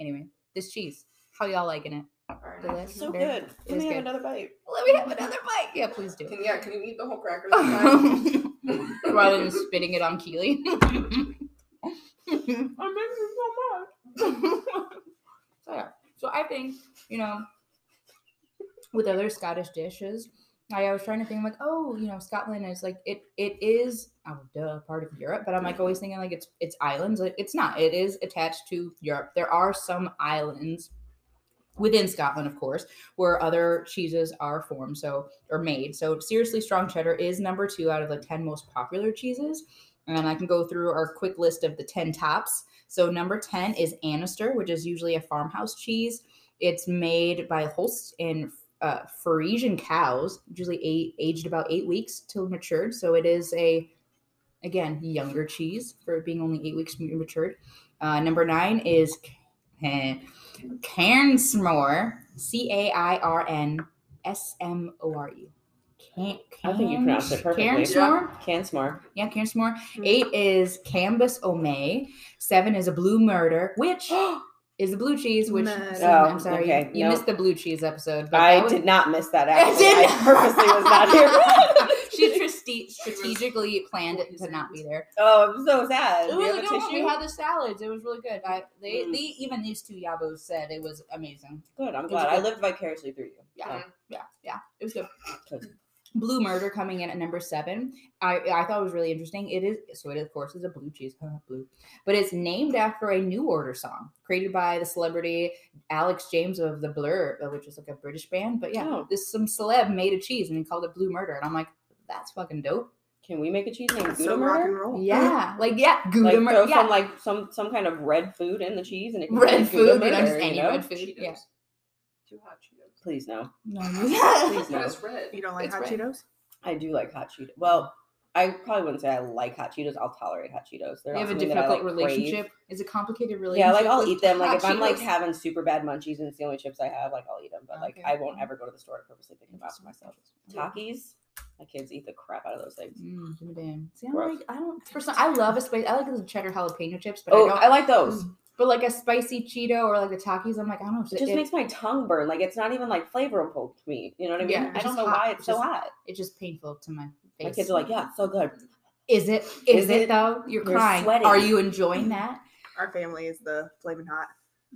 [SPEAKER 1] Anyway, this cheese. How y'all liking it?
[SPEAKER 3] Alright.
[SPEAKER 1] Delicious.
[SPEAKER 2] So good.
[SPEAKER 1] It
[SPEAKER 2] Let
[SPEAKER 1] is
[SPEAKER 2] me have
[SPEAKER 1] good.
[SPEAKER 2] another bite.
[SPEAKER 1] Let me have another bite. Yeah, please do.
[SPEAKER 3] Can, yeah, can you eat the whole
[SPEAKER 1] (laughs)
[SPEAKER 3] cracker? this time?
[SPEAKER 1] rather than spitting it on
[SPEAKER 3] (laughs)
[SPEAKER 1] Keely.
[SPEAKER 3] I'm making so much.
[SPEAKER 1] so yeah. (laughs) So I think, you know, with other Scottish dishes, I, I was trying to think like, oh, you know, Scotland is like it it is oh duh part of Europe, but I'm like always thinking like it's it's islands. Like, it's not. It is attached to Europe. There are some islands within Scotland, of course, where other cheeses are formed, so or made. So seriously strong cheddar is number two out of the ten most popular cheeses. And I can go through our quick list of the ten tops. So number 10 is Annister, which is usually a farmhouse cheese. It's made by Holst and uh, Frisian cows, usually eight, aged about eight weeks till matured. So it is a, again, younger cheese for it being only eight weeks m- matured. Uh, number nine is Ca- Cairnsmore, C A I R N S M O R E. Can,
[SPEAKER 2] I think you pronounced it perfectly.
[SPEAKER 1] Cairnsmore?
[SPEAKER 2] Cansmore.
[SPEAKER 1] Yeah, Cairnsmore.
[SPEAKER 4] Mm.
[SPEAKER 1] Eight is Canvas Omay. Seven is a blue murder, (gasps) which is a blue cheese, which
[SPEAKER 4] Murder.
[SPEAKER 1] so, I'm
[SPEAKER 2] Oh,
[SPEAKER 1] sorry.
[SPEAKER 2] okay,
[SPEAKER 1] You
[SPEAKER 2] no.
[SPEAKER 1] missed the blue cheese episode. But
[SPEAKER 2] I
[SPEAKER 1] that was- (laughs)
[SPEAKER 2] did not miss that.
[SPEAKER 1] I
[SPEAKER 2] Actually,
[SPEAKER 1] did
[SPEAKER 2] I,
[SPEAKER 1] not-
[SPEAKER 2] (laughs) purposely
[SPEAKER 1] (laughs)
[SPEAKER 2] was not here.
[SPEAKER 1] she
[SPEAKER 2] (laughs)
[SPEAKER 1] triste- strategically planned it to not be there.
[SPEAKER 2] oh, I'm so sad.
[SPEAKER 1] It
[SPEAKER 2] Do you
[SPEAKER 1] was
[SPEAKER 2] have
[SPEAKER 1] a
[SPEAKER 2] a
[SPEAKER 1] good one. We
[SPEAKER 2] tissue?
[SPEAKER 1] had the salads. It was really good. I, they,
[SPEAKER 2] Mm.
[SPEAKER 1] they, even these two yabos said it was amazing.
[SPEAKER 2] Good. I'm
[SPEAKER 1] was
[SPEAKER 2] glad. I
[SPEAKER 1] good.
[SPEAKER 2] lived vicariously through you.
[SPEAKER 1] Yeah, yeah, yeah. It was good.
[SPEAKER 2] Good.
[SPEAKER 1] Blue Murder coming in at number seven. I, I thought it was really interesting. It is so it of course is a blue cheese, (laughs) huh, blue, but it's named after a New Order song created by the celebrity Alex James of the Blur, uh, which is like a British band. But yeah,
[SPEAKER 2] Oh.
[SPEAKER 1] this some celeb made a cheese and he called it Blue Murder, and I'm like, that's fucking dope.
[SPEAKER 2] Can we make a cheese named
[SPEAKER 4] So rock and
[SPEAKER 2] Gouda (laughs)
[SPEAKER 4] roll.
[SPEAKER 1] Yeah, like yeah, Gouda
[SPEAKER 2] Oh. Like
[SPEAKER 1] Mur-
[SPEAKER 2] throw
[SPEAKER 1] yeah,
[SPEAKER 2] some like some some kind of red food in the cheese and it can
[SPEAKER 1] red
[SPEAKER 2] be Gouda
[SPEAKER 1] food, you know, just
[SPEAKER 2] Murder,
[SPEAKER 1] any
[SPEAKER 2] you know?
[SPEAKER 1] red food. Yeah.
[SPEAKER 3] Cheetos. Two hot Cheetos.
[SPEAKER 2] Please no.
[SPEAKER 1] No,
[SPEAKER 2] (laughs)
[SPEAKER 1] (laughs)
[SPEAKER 2] Please
[SPEAKER 3] But
[SPEAKER 2] no.
[SPEAKER 3] it's red.
[SPEAKER 4] You don't like
[SPEAKER 1] It's
[SPEAKER 4] hot
[SPEAKER 1] red.
[SPEAKER 4] Cheetos?
[SPEAKER 2] I do like hot Cheetos. Well, I probably wouldn't say I like hot Cheetos. I'll tolerate hot Cheetos. They're
[SPEAKER 1] you have
[SPEAKER 2] not
[SPEAKER 1] a
[SPEAKER 2] something that I,
[SPEAKER 1] difficult
[SPEAKER 2] like,
[SPEAKER 1] relationship.
[SPEAKER 2] crave.
[SPEAKER 1] Is a complicated relationship.
[SPEAKER 2] Yeah, like I'll
[SPEAKER 1] with
[SPEAKER 2] eat them. Like if
[SPEAKER 1] hot (laughs)
[SPEAKER 2] I'm like
[SPEAKER 1] Cheetos?
[SPEAKER 2] having super bad munchies and it's the only chips I have, like I'll eat them. But like
[SPEAKER 1] Okay.
[SPEAKER 2] I won't ever go to the store to purposely pick them out for myself. Takis, my kids eat the crap out of those things.
[SPEAKER 1] Mm, give me damn. See, I'm
[SPEAKER 2] Gross.
[SPEAKER 1] like, I don't. For some, I love a spice. I like the cheddar jalapeno chips, but
[SPEAKER 2] Oh,
[SPEAKER 1] I don't. Mm,
[SPEAKER 2] I like those.
[SPEAKER 1] but like a spicy Cheeto or like the Takis, I'm like, I don't know. It's
[SPEAKER 2] It just makes my tongue burn. Like it's not even like flavorful to me. You know what I mean?
[SPEAKER 1] Yeah,
[SPEAKER 2] I
[SPEAKER 1] it's
[SPEAKER 2] don't
[SPEAKER 1] just
[SPEAKER 2] know
[SPEAKER 1] hot.
[SPEAKER 2] why it's
[SPEAKER 1] It's
[SPEAKER 2] so
[SPEAKER 1] just-
[SPEAKER 2] hot.
[SPEAKER 1] it's just painful to my
[SPEAKER 2] My
[SPEAKER 1] face.
[SPEAKER 2] kids are like, yeah, it's so good.
[SPEAKER 1] is it? Is,
[SPEAKER 2] Is
[SPEAKER 1] it,
[SPEAKER 2] it?
[SPEAKER 1] though? You're,
[SPEAKER 2] You're
[SPEAKER 1] crying.
[SPEAKER 2] sweating.
[SPEAKER 1] Are you enjoying
[SPEAKER 2] (laughs)
[SPEAKER 1] that?
[SPEAKER 4] Our family is the flaming hot.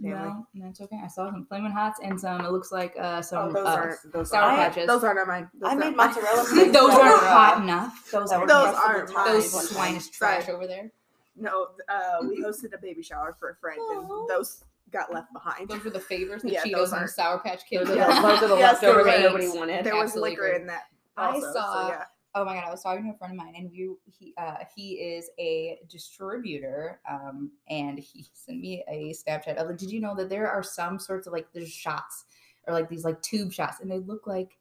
[SPEAKER 4] Family.
[SPEAKER 1] No, that's okay. I saw some flaming hots and some. It looks like uh
[SPEAKER 4] Oh,
[SPEAKER 1] some
[SPEAKER 4] those
[SPEAKER 1] uh,
[SPEAKER 4] aren't those
[SPEAKER 1] sour
[SPEAKER 4] aren't mine.
[SPEAKER 1] patches.
[SPEAKER 4] Those aren't mine. Those
[SPEAKER 2] I
[SPEAKER 4] aren't
[SPEAKER 2] made
[SPEAKER 4] mine. (laughs)
[SPEAKER 1] (laughs)
[SPEAKER 2] mozzarella
[SPEAKER 1] Those
[SPEAKER 2] sticks.
[SPEAKER 1] aren't
[SPEAKER 2] that were,
[SPEAKER 1] (laughs) hot
[SPEAKER 2] uh,
[SPEAKER 1] enough. Those
[SPEAKER 2] that were
[SPEAKER 1] are
[SPEAKER 4] Those
[SPEAKER 2] crusted
[SPEAKER 4] aren't
[SPEAKER 2] with
[SPEAKER 4] mine.
[SPEAKER 1] those
[SPEAKER 2] chives one time.
[SPEAKER 1] swine is
[SPEAKER 4] Sorry.
[SPEAKER 1] trash over
[SPEAKER 2] (laughs)
[SPEAKER 1] there.
[SPEAKER 4] No, uh, we hosted a baby shower for a friend,
[SPEAKER 1] Oh.
[SPEAKER 4] and those got left behind.
[SPEAKER 1] Those were the favorites. The
[SPEAKER 4] Yeah,
[SPEAKER 1] Cheetos
[SPEAKER 4] those
[SPEAKER 1] and the
[SPEAKER 4] aren't-
[SPEAKER 1] Sour Patch Kids.
[SPEAKER 2] Those are the, those are the
[SPEAKER 4] Yes, they're
[SPEAKER 2] leftovers
[SPEAKER 1] great.
[SPEAKER 2] that nobody wanted.
[SPEAKER 4] There was
[SPEAKER 1] absolutely
[SPEAKER 4] liquor
[SPEAKER 1] great.
[SPEAKER 4] in that.
[SPEAKER 1] (laughs) I
[SPEAKER 4] Also,
[SPEAKER 1] saw-
[SPEAKER 4] So, yeah.
[SPEAKER 1] oh my god, I was talking to a friend of mine, and we he uh, he is a distributor, um, and he (laughs) sent me a Snapchat of like, did you know that there are some sorts of like there's shots or like these like tube shots, and they look like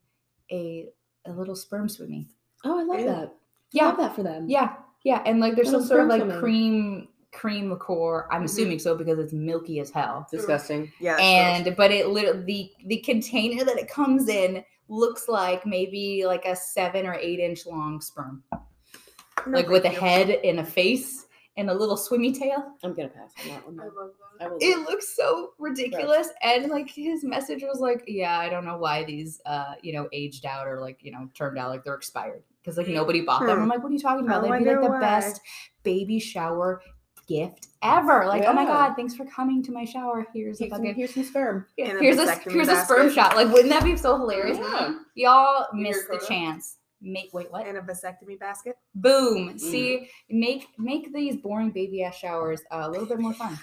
[SPEAKER 1] a a little sperm swimming.
[SPEAKER 5] Oh, I love
[SPEAKER 4] Ew.
[SPEAKER 5] that.
[SPEAKER 1] Yeah.
[SPEAKER 5] I love that for them.
[SPEAKER 1] Yeah, yeah, and like there's some
[SPEAKER 5] Little
[SPEAKER 1] sort of
[SPEAKER 5] sperm swimming.
[SPEAKER 1] like
[SPEAKER 5] Mm-hmm.
[SPEAKER 1] cream cream liqueur. I'm
[SPEAKER 4] Mhm.
[SPEAKER 1] assuming so because it's milky as hell.
[SPEAKER 5] Disgusting.
[SPEAKER 4] Yeah. that's
[SPEAKER 1] and but it literally the the container that it comes in looks like maybe like a seven or eight inch long sperm
[SPEAKER 4] gross. No,
[SPEAKER 1] like with a
[SPEAKER 4] thank you.
[SPEAKER 1] head and a face and a little swimmy tail
[SPEAKER 5] I'm gonna pass on that
[SPEAKER 4] I
[SPEAKER 5] one.
[SPEAKER 4] love that.
[SPEAKER 5] I will.
[SPEAKER 1] it looks so ridiculous and like his message was like yeah i don't know why these uh you know aged out or like you know turned out like they're expired because like nobody bought them
[SPEAKER 4] Hmm.
[SPEAKER 1] i'm like what are you talking about
[SPEAKER 4] I
[SPEAKER 1] they'd be like
[SPEAKER 4] wonder
[SPEAKER 1] the
[SPEAKER 4] why.
[SPEAKER 1] best baby shower gift ever like oh my
[SPEAKER 5] Yeah.
[SPEAKER 1] god thanks for coming to my shower here's a
[SPEAKER 5] Here's some,
[SPEAKER 1] bucket
[SPEAKER 5] here's some sperm.
[SPEAKER 1] Yeah,
[SPEAKER 4] in a
[SPEAKER 1] here's a
[SPEAKER 4] vasectomy
[SPEAKER 1] here's a sperm
[SPEAKER 4] basket.
[SPEAKER 1] shot. Like, wouldn't that be so hilarious?
[SPEAKER 5] Yeah.
[SPEAKER 1] Y'all
[SPEAKER 3] Here,
[SPEAKER 1] missed the
[SPEAKER 3] Coda.
[SPEAKER 1] chance. Make wait what?
[SPEAKER 4] And a vasectomy basket.
[SPEAKER 1] Boom.
[SPEAKER 2] Mm.
[SPEAKER 1] See, make make these boring baby ass showers uh, a little bit more
[SPEAKER 2] (laughs)
[SPEAKER 1] fun.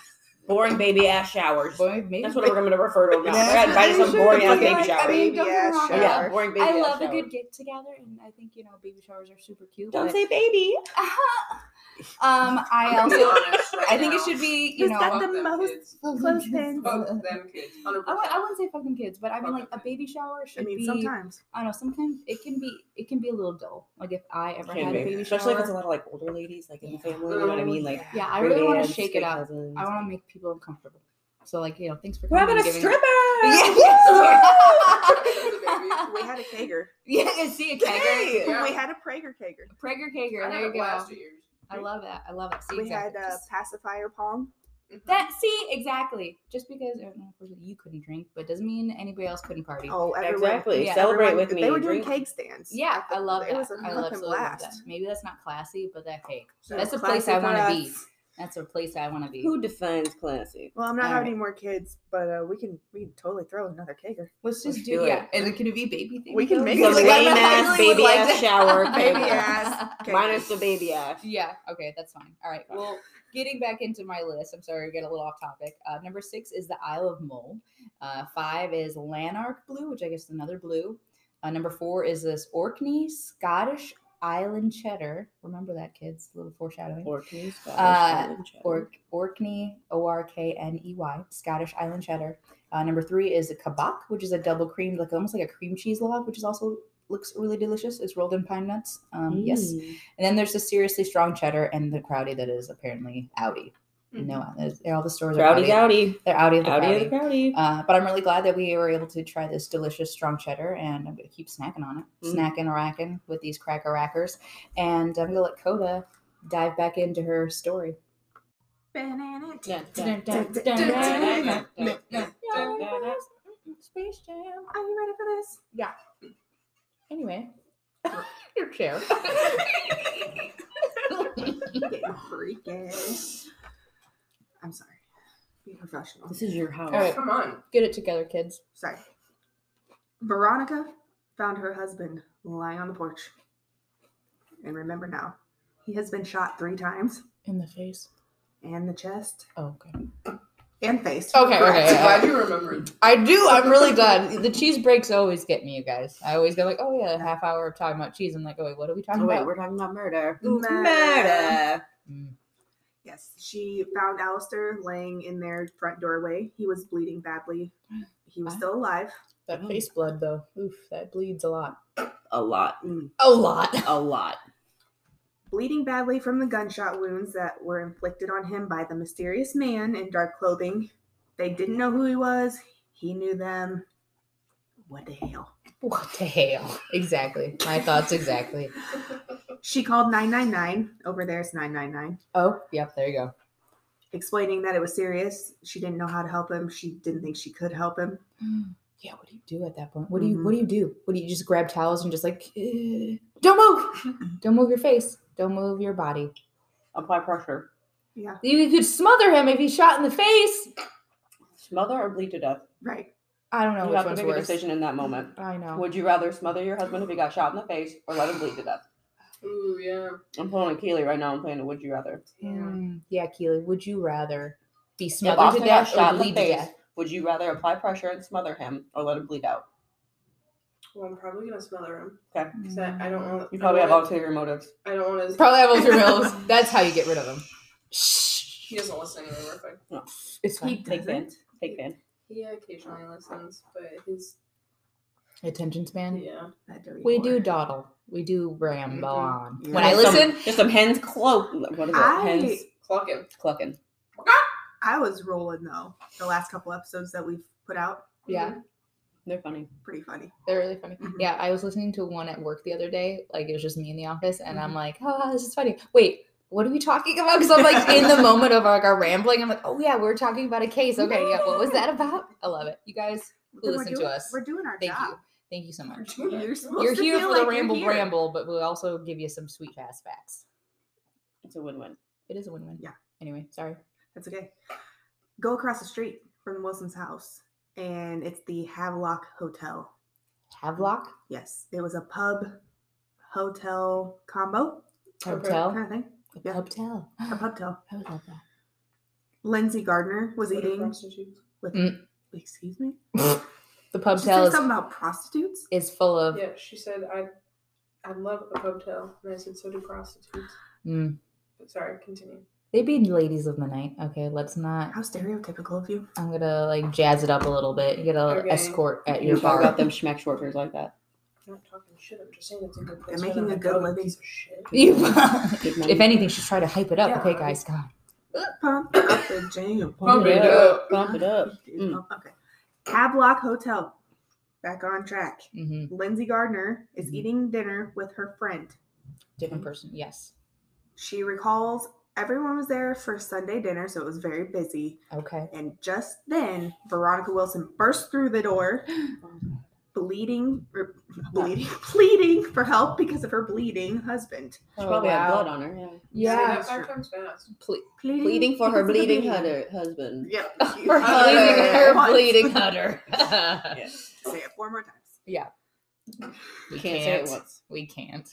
[SPEAKER 2] Boring baby ass showers.
[SPEAKER 1] Boring, maybe,
[SPEAKER 2] That's what I'm gonna refer to now.
[SPEAKER 4] That's
[SPEAKER 2] I got invited
[SPEAKER 1] (laughs)
[SPEAKER 2] to
[SPEAKER 4] what
[SPEAKER 2] some
[SPEAKER 4] you
[SPEAKER 2] boring
[SPEAKER 4] should
[SPEAKER 2] ass
[SPEAKER 4] be
[SPEAKER 2] baby
[SPEAKER 4] like,
[SPEAKER 2] shower.
[SPEAKER 4] I mean,
[SPEAKER 1] Baby
[SPEAKER 4] yeah,
[SPEAKER 1] ass
[SPEAKER 4] sure.
[SPEAKER 1] shower.
[SPEAKER 2] yeah, boring baby
[SPEAKER 1] I
[SPEAKER 2] ass
[SPEAKER 1] love a
[SPEAKER 2] shower.
[SPEAKER 1] good get together, and I think you know baby showers are super cute.
[SPEAKER 2] Don't
[SPEAKER 1] but-
[SPEAKER 2] say baby.
[SPEAKER 1] um,
[SPEAKER 2] (laughs)
[SPEAKER 1] I
[SPEAKER 3] I'm gonna be
[SPEAKER 1] also
[SPEAKER 3] honest right
[SPEAKER 1] (laughs) I think it
[SPEAKER 3] now.
[SPEAKER 1] should be you
[SPEAKER 4] Is
[SPEAKER 1] know.
[SPEAKER 4] that
[SPEAKER 3] Fuck
[SPEAKER 4] the
[SPEAKER 3] them
[SPEAKER 4] most-
[SPEAKER 3] kids.
[SPEAKER 4] Clothespins.
[SPEAKER 3] Fuck them kids. 100%.
[SPEAKER 1] I w- I wouldn't say fucking kids, but I mean
[SPEAKER 3] Fuck
[SPEAKER 1] like a
[SPEAKER 3] them.
[SPEAKER 1] baby shower should
[SPEAKER 4] I mean,
[SPEAKER 1] be.
[SPEAKER 4] sometimes.
[SPEAKER 1] I don't know. Sometimes it can be it can be a little dull. Like if I ever
[SPEAKER 2] Can
[SPEAKER 1] had
[SPEAKER 2] be.
[SPEAKER 1] a baby
[SPEAKER 2] Especially if
[SPEAKER 1] shower,
[SPEAKER 2] it's a lot of like older ladies, like in the
[SPEAKER 1] Yeah.
[SPEAKER 2] family. You know what I mean? Like
[SPEAKER 1] yeah, I
[SPEAKER 2] great
[SPEAKER 1] really want
[SPEAKER 2] aunts,
[SPEAKER 1] to shake
[SPEAKER 2] great
[SPEAKER 1] it up.
[SPEAKER 2] cousins.
[SPEAKER 1] I want to make people uncomfortable. So like you know, thanks for
[SPEAKER 2] We're
[SPEAKER 1] coming.
[SPEAKER 2] having a
[SPEAKER 1] and giving-
[SPEAKER 2] stripper.
[SPEAKER 4] (laughs)
[SPEAKER 1] (laughs) Yeah.
[SPEAKER 4] We had a kegger.
[SPEAKER 1] yeah, see a kegger,
[SPEAKER 4] Hey,
[SPEAKER 3] Yeah.
[SPEAKER 4] We had a Prager kegger.
[SPEAKER 1] Prager kegger.
[SPEAKER 3] I had
[SPEAKER 1] There you
[SPEAKER 3] it
[SPEAKER 1] go.
[SPEAKER 3] last year.
[SPEAKER 1] I love that. I love it. See,
[SPEAKER 4] We had uh,
[SPEAKER 1] exactly.
[SPEAKER 4] a
[SPEAKER 1] Just-
[SPEAKER 4] pacifier palm.
[SPEAKER 3] Mm-hmm.
[SPEAKER 1] that. See exactly. Just because uh, unfortunately you couldn't drink, but doesn't mean anybody else couldn't party.
[SPEAKER 4] Oh, everyone.
[SPEAKER 2] Exactly.
[SPEAKER 1] Yeah,
[SPEAKER 2] Celebrate
[SPEAKER 4] everyone-
[SPEAKER 2] with me.
[SPEAKER 4] They were doing
[SPEAKER 2] Drink.
[SPEAKER 4] keg stands.
[SPEAKER 1] Yeah,
[SPEAKER 4] at the-
[SPEAKER 1] I love
[SPEAKER 4] It
[SPEAKER 1] that.
[SPEAKER 4] was a
[SPEAKER 1] I
[SPEAKER 4] fucking
[SPEAKER 1] love that.
[SPEAKER 4] blast.
[SPEAKER 1] Maybe that's not classy, but that cake.
[SPEAKER 4] So
[SPEAKER 1] That's a place
[SPEAKER 4] classy
[SPEAKER 1] I
[SPEAKER 4] for
[SPEAKER 1] wanna be.
[SPEAKER 4] us.
[SPEAKER 1] That's a place I want to be.
[SPEAKER 2] Who defines classy?
[SPEAKER 4] Well, I'm not
[SPEAKER 1] All
[SPEAKER 4] having any more kids, but uh, we can we can totally throw another kegger.
[SPEAKER 1] Let's just
[SPEAKER 2] Let's
[SPEAKER 1] do,
[SPEAKER 2] do
[SPEAKER 1] it.
[SPEAKER 2] it.
[SPEAKER 1] Yeah, and it can be baby things.
[SPEAKER 4] We can
[SPEAKER 1] though,
[SPEAKER 4] make
[SPEAKER 1] because,
[SPEAKER 4] it
[SPEAKER 1] like, I
[SPEAKER 4] baby
[SPEAKER 1] really
[SPEAKER 4] ass,
[SPEAKER 1] would
[SPEAKER 2] baby
[SPEAKER 1] like
[SPEAKER 2] ass
[SPEAKER 1] that.
[SPEAKER 2] shower,
[SPEAKER 1] (laughs)
[SPEAKER 4] Baby ass. keggers.
[SPEAKER 2] Minus the baby ass.
[SPEAKER 1] Yeah. Okay, that's fine. All right. Well, getting back into my list, I'm sorry, we get a little off topic. Uh, number six is the Isle of Mull. Uh, five is Lanark Blue, which I guess is another blue. Uh, number four is this Orkney Scottish Island Cheddar. Remember that, kids. A little foreshadowing.
[SPEAKER 2] Or can you spell
[SPEAKER 1] Uh,
[SPEAKER 2] this?
[SPEAKER 1] Or- Orkney, O R K N E Y, Scottish Island Cheddar. Uh, number three is a kabak, which is a double cream, like almost like a cream cheese log, which is also looks really delicious. It's rolled in pine nuts. Um, Yes.
[SPEAKER 2] Mm.
[SPEAKER 1] And then there's the seriously strong cheddar and the Crowdy that is apparently Audi.
[SPEAKER 3] Mm-hmm.
[SPEAKER 1] No, there's- all the stores are
[SPEAKER 2] Rowdy
[SPEAKER 1] Audi.
[SPEAKER 2] dowdy.
[SPEAKER 1] They're Mm-hmm. Audi of the
[SPEAKER 2] Howdy of
[SPEAKER 1] Crowdy.
[SPEAKER 2] the crowdy.
[SPEAKER 1] Uh, but I'm really glad that we were able to try this delicious strong cheddar, and I'm gonna keep snacking on it,
[SPEAKER 2] Mm.
[SPEAKER 1] snacking, racking with these cracker rackers, and I'm gonna let Coda dive back into her story.
[SPEAKER 4] Banana.
[SPEAKER 2] Yeah, yeah.
[SPEAKER 1] Uh, Space Jam.
[SPEAKER 4] Are you ready for this?
[SPEAKER 1] (laughs) Anyway, your chair.
[SPEAKER 4] Getting (laughs) freaking. I'm sorry. Be professional.
[SPEAKER 2] This is your house.
[SPEAKER 1] All right.
[SPEAKER 3] Come on.
[SPEAKER 1] Get it together, kids.
[SPEAKER 4] Sorry. Veronica found her husband lying on the porch. And remember now, he has been shot three times
[SPEAKER 1] In the face.
[SPEAKER 4] and the chest
[SPEAKER 1] Oh, okay.
[SPEAKER 4] and face.
[SPEAKER 1] Okay,
[SPEAKER 4] Correct.
[SPEAKER 1] okay,
[SPEAKER 3] I'm
[SPEAKER 1] (laughs)
[SPEAKER 3] glad you remembered.
[SPEAKER 1] I do. I'm really done. The cheese breaks always get me, you guys. I always go like, oh yeah, a half hour of talking about cheese. I'm like, oh wait, what are we talking
[SPEAKER 2] Oh, wait,
[SPEAKER 1] about?
[SPEAKER 2] we're talking about murder.
[SPEAKER 4] Murder.
[SPEAKER 1] Mm.
[SPEAKER 4] Yes, she found Alistair laying in their front doorway. He was bleeding badly. He was still alive.
[SPEAKER 1] That
[SPEAKER 2] Oh.
[SPEAKER 1] face blood though, oof, that bleeds a lot.
[SPEAKER 2] A lot.
[SPEAKER 1] A lot.
[SPEAKER 2] A lot. (laughs)
[SPEAKER 4] Bleeding badly from the gunshot wounds that were inflicted on him by the mysterious man in dark clothing. They didn't know who he was. He knew them. What the hell?
[SPEAKER 1] What the hell? Exactly. My thoughts exactly.
[SPEAKER 4] She called 999. Over there's 999.
[SPEAKER 1] Oh, yep. There you go.
[SPEAKER 4] Explaining that it was serious. She didn't know how to help him. She didn't think she could help him.
[SPEAKER 2] Mm.
[SPEAKER 1] Yeah. What do you do at that point? What do you What
[SPEAKER 2] Mm-hmm.
[SPEAKER 1] do you do? What do you just grab towels and just like, eh, don't move, don't move your face, don't move your body.
[SPEAKER 2] Apply pressure.
[SPEAKER 4] Yeah,
[SPEAKER 1] You could smother him if he's shot in the face.
[SPEAKER 2] Smother or bleed to death?
[SPEAKER 4] right.
[SPEAKER 1] I don't know
[SPEAKER 2] you
[SPEAKER 1] which
[SPEAKER 2] have to
[SPEAKER 1] one's
[SPEAKER 2] make a
[SPEAKER 1] worse.
[SPEAKER 2] decision in that moment.
[SPEAKER 1] I know.
[SPEAKER 2] Would you rather smother your husband if he got shot in the face or let him bleed to death?
[SPEAKER 3] Ooh, yeah.
[SPEAKER 2] I'm pulling a Keely right now. I'm playing a Would You Rather.
[SPEAKER 1] Mm, yeah, Keely, would you rather be
[SPEAKER 2] If
[SPEAKER 1] smothered
[SPEAKER 2] Austin
[SPEAKER 1] to
[SPEAKER 2] got
[SPEAKER 1] death
[SPEAKER 2] shot
[SPEAKER 1] or
[SPEAKER 2] in the
[SPEAKER 1] bleed to
[SPEAKER 2] face,
[SPEAKER 1] death?
[SPEAKER 2] would you rather apply pressure and smother him or let him bleed out?
[SPEAKER 4] Well, I'm probably gonna smell the room. So
[SPEAKER 1] Mm.
[SPEAKER 4] I don't want.
[SPEAKER 2] You probably
[SPEAKER 4] I
[SPEAKER 2] have
[SPEAKER 4] don't
[SPEAKER 2] ulterior motives.
[SPEAKER 4] wanna- I don't want to.
[SPEAKER 1] Probably have ultra bills. That's how you get rid of
[SPEAKER 2] (laughs)
[SPEAKER 1] them. Shh.
[SPEAKER 3] He doesn't listen anymore. If I-
[SPEAKER 2] It's
[SPEAKER 1] He
[SPEAKER 2] fine. Take Van. Take Van.
[SPEAKER 3] he occasionally listens, but his
[SPEAKER 1] Attention span.
[SPEAKER 3] yeah.
[SPEAKER 4] That dirty
[SPEAKER 1] We do
[SPEAKER 4] whore.
[SPEAKER 1] dawdle. We do ramble
[SPEAKER 3] Mhm.
[SPEAKER 1] on.
[SPEAKER 4] Yeah.
[SPEAKER 1] When I
[SPEAKER 2] There's some- (laughs)
[SPEAKER 1] listen,
[SPEAKER 2] there's some hens clo. What is it?
[SPEAKER 4] I-
[SPEAKER 2] Hens
[SPEAKER 3] Clucking.
[SPEAKER 2] clucking.
[SPEAKER 4] I was rolling though. The last couple episodes that we've put out,
[SPEAKER 1] yeah,
[SPEAKER 2] They're funny.
[SPEAKER 4] pretty funny.
[SPEAKER 1] They're really funny.
[SPEAKER 4] Mhm.
[SPEAKER 1] Yeah, I was listening to one at work the other day. Like it was just me in the office, and I'm like, "Oh, this is funny." Wait, what are we talking about? Because I'm like in the moment of like our rambling. I'm like, "Oh yeah, we're talking about a case." Okay, yeah, what was that about? I love it. You guys,
[SPEAKER 4] Then we're
[SPEAKER 1] listen to
[SPEAKER 4] doing,
[SPEAKER 1] us.
[SPEAKER 4] We're doing our
[SPEAKER 1] thank
[SPEAKER 4] job.
[SPEAKER 1] you, thank you so much.
[SPEAKER 4] (laughs) You're supposed
[SPEAKER 1] You're
[SPEAKER 4] to
[SPEAKER 1] here
[SPEAKER 4] feel
[SPEAKER 1] for
[SPEAKER 4] like
[SPEAKER 1] the
[SPEAKER 4] you're
[SPEAKER 1] ramble
[SPEAKER 4] here.
[SPEAKER 1] ramble, but we'll also give you some sweet fast facts.
[SPEAKER 2] It's a win-win.
[SPEAKER 1] It is a win-win.
[SPEAKER 4] Yeah.
[SPEAKER 1] Anyway, sorry.
[SPEAKER 4] That's okay. Go across the street from Wilson's house, and it's the Havelock Hotel.
[SPEAKER 1] Havelock
[SPEAKER 4] Yes, it was a pub hotel combo kind
[SPEAKER 1] Hotel.
[SPEAKER 4] of thing. yeah.
[SPEAKER 1] Hotel.
[SPEAKER 4] A pub tell.
[SPEAKER 1] I would love that.
[SPEAKER 4] Lindsay Gardner was eating
[SPEAKER 3] Prostitutes.
[SPEAKER 4] with.
[SPEAKER 1] Mm.
[SPEAKER 4] Excuse me.
[SPEAKER 1] The
[SPEAKER 4] She said
[SPEAKER 1] pubtel
[SPEAKER 4] something about prostitutes.
[SPEAKER 1] is, is full of
[SPEAKER 3] Yeah, she said I. I love a hotel, and I said so do prostitutes.
[SPEAKER 1] mm,
[SPEAKER 3] But sorry, continue.
[SPEAKER 1] they be ladies of the night. Okay, let's not
[SPEAKER 4] How stereotypical of you.
[SPEAKER 1] I'm gonna like jazz it up a little bit. You get a
[SPEAKER 3] Okay.
[SPEAKER 1] escort at
[SPEAKER 2] You
[SPEAKER 1] your
[SPEAKER 2] talk
[SPEAKER 1] bar. (laughs)
[SPEAKER 2] about them schmack shorters like that.
[SPEAKER 3] I'm not talking shit. I'm just saying it's a good place.
[SPEAKER 4] making
[SPEAKER 3] for them
[SPEAKER 4] a
[SPEAKER 3] to
[SPEAKER 4] good
[SPEAKER 3] go,
[SPEAKER 4] living.
[SPEAKER 3] piece of shit.
[SPEAKER 1] You-
[SPEAKER 2] Good money.
[SPEAKER 1] if anything, she's trying to hype it up.
[SPEAKER 3] Yeah.
[SPEAKER 1] Okay, guys, God.
[SPEAKER 4] (coughs) Pump up the jam.
[SPEAKER 3] Pump it up.
[SPEAKER 2] Bump it up. Mm.
[SPEAKER 4] Oh, Okay. Havelock Hotel. Back on track.
[SPEAKER 1] hmm
[SPEAKER 4] Lindsay Gardner is
[SPEAKER 1] Mhm.
[SPEAKER 2] Mm-hmm.
[SPEAKER 4] eating dinner with her friend.
[SPEAKER 1] Different person. Yes.
[SPEAKER 4] She recalls everyone was there for Sunday dinner, so it was very busy.
[SPEAKER 1] Okay.
[SPEAKER 4] And just then, Veronica Wilson burst through the door, bleeding, or bleeding, (laughs) pleading for help because of her bleeding husband.
[SPEAKER 2] She
[SPEAKER 1] Oh,
[SPEAKER 2] probably had
[SPEAKER 1] wow.
[SPEAKER 2] blood on her. Yeah.
[SPEAKER 1] Yeah.
[SPEAKER 3] Say that five times fast.
[SPEAKER 4] Pleading,
[SPEAKER 2] Bleeding for her
[SPEAKER 4] because of the
[SPEAKER 2] bleeding hudder- husband.
[SPEAKER 1] (laughs)
[SPEAKER 4] Yep.
[SPEAKER 1] Her bleeding, her
[SPEAKER 4] Once.
[SPEAKER 1] bleeding (laughs) udder.
[SPEAKER 4] (laughs) Say it four more times.
[SPEAKER 1] We
[SPEAKER 2] You can't say it
[SPEAKER 1] can't.
[SPEAKER 2] once.
[SPEAKER 1] We can't.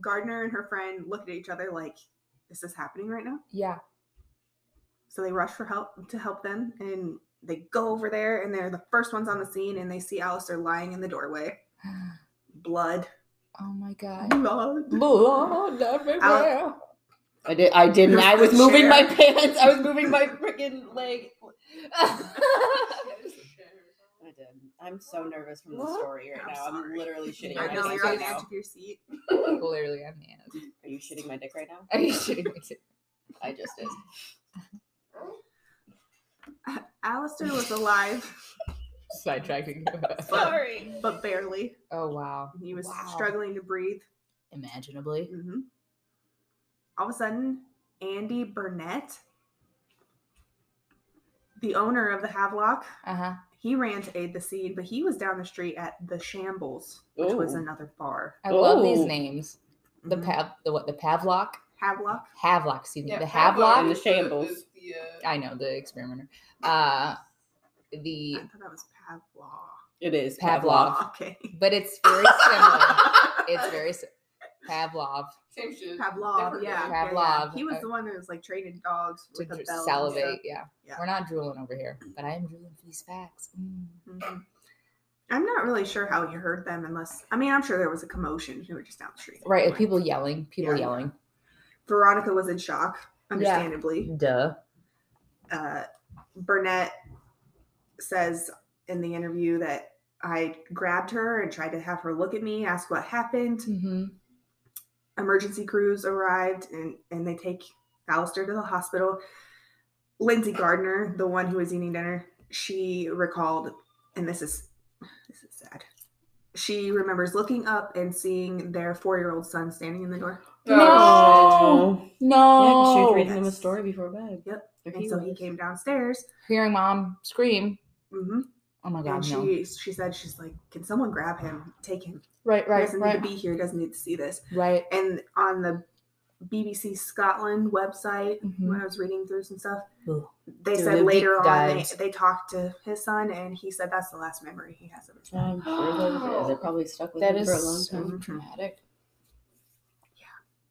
[SPEAKER 4] Gardner and her friend look at each other like, "Is this happening right now?"
[SPEAKER 1] Yeah. (sighs)
[SPEAKER 4] So they rush for help to help them, and they go over there, and they're the first ones on the scene, and they see Alistair lying in the doorway, blood,
[SPEAKER 1] Oh my God.
[SPEAKER 4] blood.
[SPEAKER 1] Blood everywhere.
[SPEAKER 2] I did. I didn't. I was moving
[SPEAKER 4] (laughs)
[SPEAKER 2] my
[SPEAKER 4] Chair.
[SPEAKER 2] pants. I was moving my freaking leg. I did. I'm so nervous from the
[SPEAKER 1] What?
[SPEAKER 2] story right
[SPEAKER 4] I'm
[SPEAKER 2] now. I'm
[SPEAKER 4] sorry.
[SPEAKER 2] literally shitting my
[SPEAKER 4] I know
[SPEAKER 2] pants
[SPEAKER 4] you're on
[SPEAKER 2] right
[SPEAKER 4] the edge
[SPEAKER 2] now.
[SPEAKER 4] of your seat.
[SPEAKER 1] (laughs) Literally, I'm mad.
[SPEAKER 2] Are you shitting my dick right now?
[SPEAKER 1] (laughs) Are you shitting me? too?
[SPEAKER 2] I just did.
[SPEAKER 4] Alistair was alive,
[SPEAKER 1] Sidetracking. (laughs)
[SPEAKER 2] Sorry.
[SPEAKER 4] but barely.
[SPEAKER 1] oh wow.
[SPEAKER 4] He was
[SPEAKER 1] Wow.
[SPEAKER 4] struggling to breathe.
[SPEAKER 1] Imaginably.
[SPEAKER 4] Mhm. All of a sudden, Andy Burnett, the owner of the Havelock,
[SPEAKER 1] Uh huh.
[SPEAKER 4] he ran to aid the scene, but he was down the street at the Shambles, which was
[SPEAKER 2] Ooh.
[SPEAKER 4] another bar.
[SPEAKER 1] I love these
[SPEAKER 2] Ooh.
[SPEAKER 1] names. The
[SPEAKER 4] Mhm.
[SPEAKER 1] Pav, the what? The Pavlok.
[SPEAKER 4] Havelock.
[SPEAKER 1] Havelock, excuse me,
[SPEAKER 3] Yeah,
[SPEAKER 1] the
[SPEAKER 3] Pavlov
[SPEAKER 1] Havelock.
[SPEAKER 2] And the
[SPEAKER 3] is
[SPEAKER 2] shambles.
[SPEAKER 3] is the, uh,
[SPEAKER 1] I know the experimenter. Uh, the
[SPEAKER 4] I thought that was Pavlov.
[SPEAKER 2] It is
[SPEAKER 1] Pavlov.
[SPEAKER 4] (laughs) Okay.
[SPEAKER 1] but it's very similar. it's very si- Pavlov.
[SPEAKER 3] same
[SPEAKER 4] (laughs)
[SPEAKER 3] shit.
[SPEAKER 4] Pavlov,
[SPEAKER 3] Different
[SPEAKER 4] yeah. yeah,
[SPEAKER 3] name.
[SPEAKER 4] yeah.
[SPEAKER 1] Pavlov.
[SPEAKER 4] He was
[SPEAKER 1] Uh,
[SPEAKER 4] the one that was like training dogs
[SPEAKER 1] To
[SPEAKER 4] with the
[SPEAKER 1] dr-
[SPEAKER 4] bell. and
[SPEAKER 1] salivate, yeah.
[SPEAKER 4] Yeah.
[SPEAKER 1] We're not drooling over here, but I am drooling for these facts. Mm.
[SPEAKER 4] stuff. Mhm. I'm not really sure how you heard them unless, I mean, I'm sure there was a commotion. We were just down the street.
[SPEAKER 1] Right,
[SPEAKER 4] Like,
[SPEAKER 1] if people yelling, people
[SPEAKER 4] Yeah.
[SPEAKER 1] yelling.
[SPEAKER 4] Veronica was in shock, understandably.
[SPEAKER 1] Duh.
[SPEAKER 4] Uh, Burnett says in the interview that I grabbed her and tried to have her look at me, ask what happened.
[SPEAKER 1] hmm
[SPEAKER 4] emergency crews arrived and, and they take Alistair to the hospital. Lindsay Gardner, the one who was eating dinner, she recalled, and this is this is sad. She remembers looking up and seeing their four-year-old son standing in the door.
[SPEAKER 3] Oh.
[SPEAKER 1] No!
[SPEAKER 2] Yeah, 'cause she was
[SPEAKER 1] No.
[SPEAKER 2] reading him a
[SPEAKER 4] Yes.
[SPEAKER 2] story before bed.
[SPEAKER 4] Yep.
[SPEAKER 2] Or
[SPEAKER 4] And so he
[SPEAKER 2] was.
[SPEAKER 4] came downstairs.
[SPEAKER 1] Hearing mom scream.
[SPEAKER 4] hmm
[SPEAKER 1] Oh my
[SPEAKER 4] And
[SPEAKER 1] God, no.
[SPEAKER 4] she she said she's like, Can someone grab him? Take him.
[SPEAKER 1] Right,
[SPEAKER 4] He
[SPEAKER 1] right,
[SPEAKER 4] doesn't need
[SPEAKER 1] right,
[SPEAKER 4] to be here, he doesn't need to see this.
[SPEAKER 1] right.
[SPEAKER 4] And on the BBC Scotland website,
[SPEAKER 1] Mhm.
[SPEAKER 4] when I was reading through some stuff,
[SPEAKER 1] Ugh.
[SPEAKER 4] they
[SPEAKER 1] Doing
[SPEAKER 4] said
[SPEAKER 1] the
[SPEAKER 4] later
[SPEAKER 1] deep
[SPEAKER 4] on they,
[SPEAKER 1] dives.
[SPEAKER 4] they talked to his son and he said that's the last memory he has of his son.
[SPEAKER 2] I'm sure that is. It probably stuck with
[SPEAKER 1] That
[SPEAKER 2] him
[SPEAKER 1] is
[SPEAKER 2] for a long
[SPEAKER 1] so
[SPEAKER 2] time.
[SPEAKER 4] time.
[SPEAKER 1] traumatic.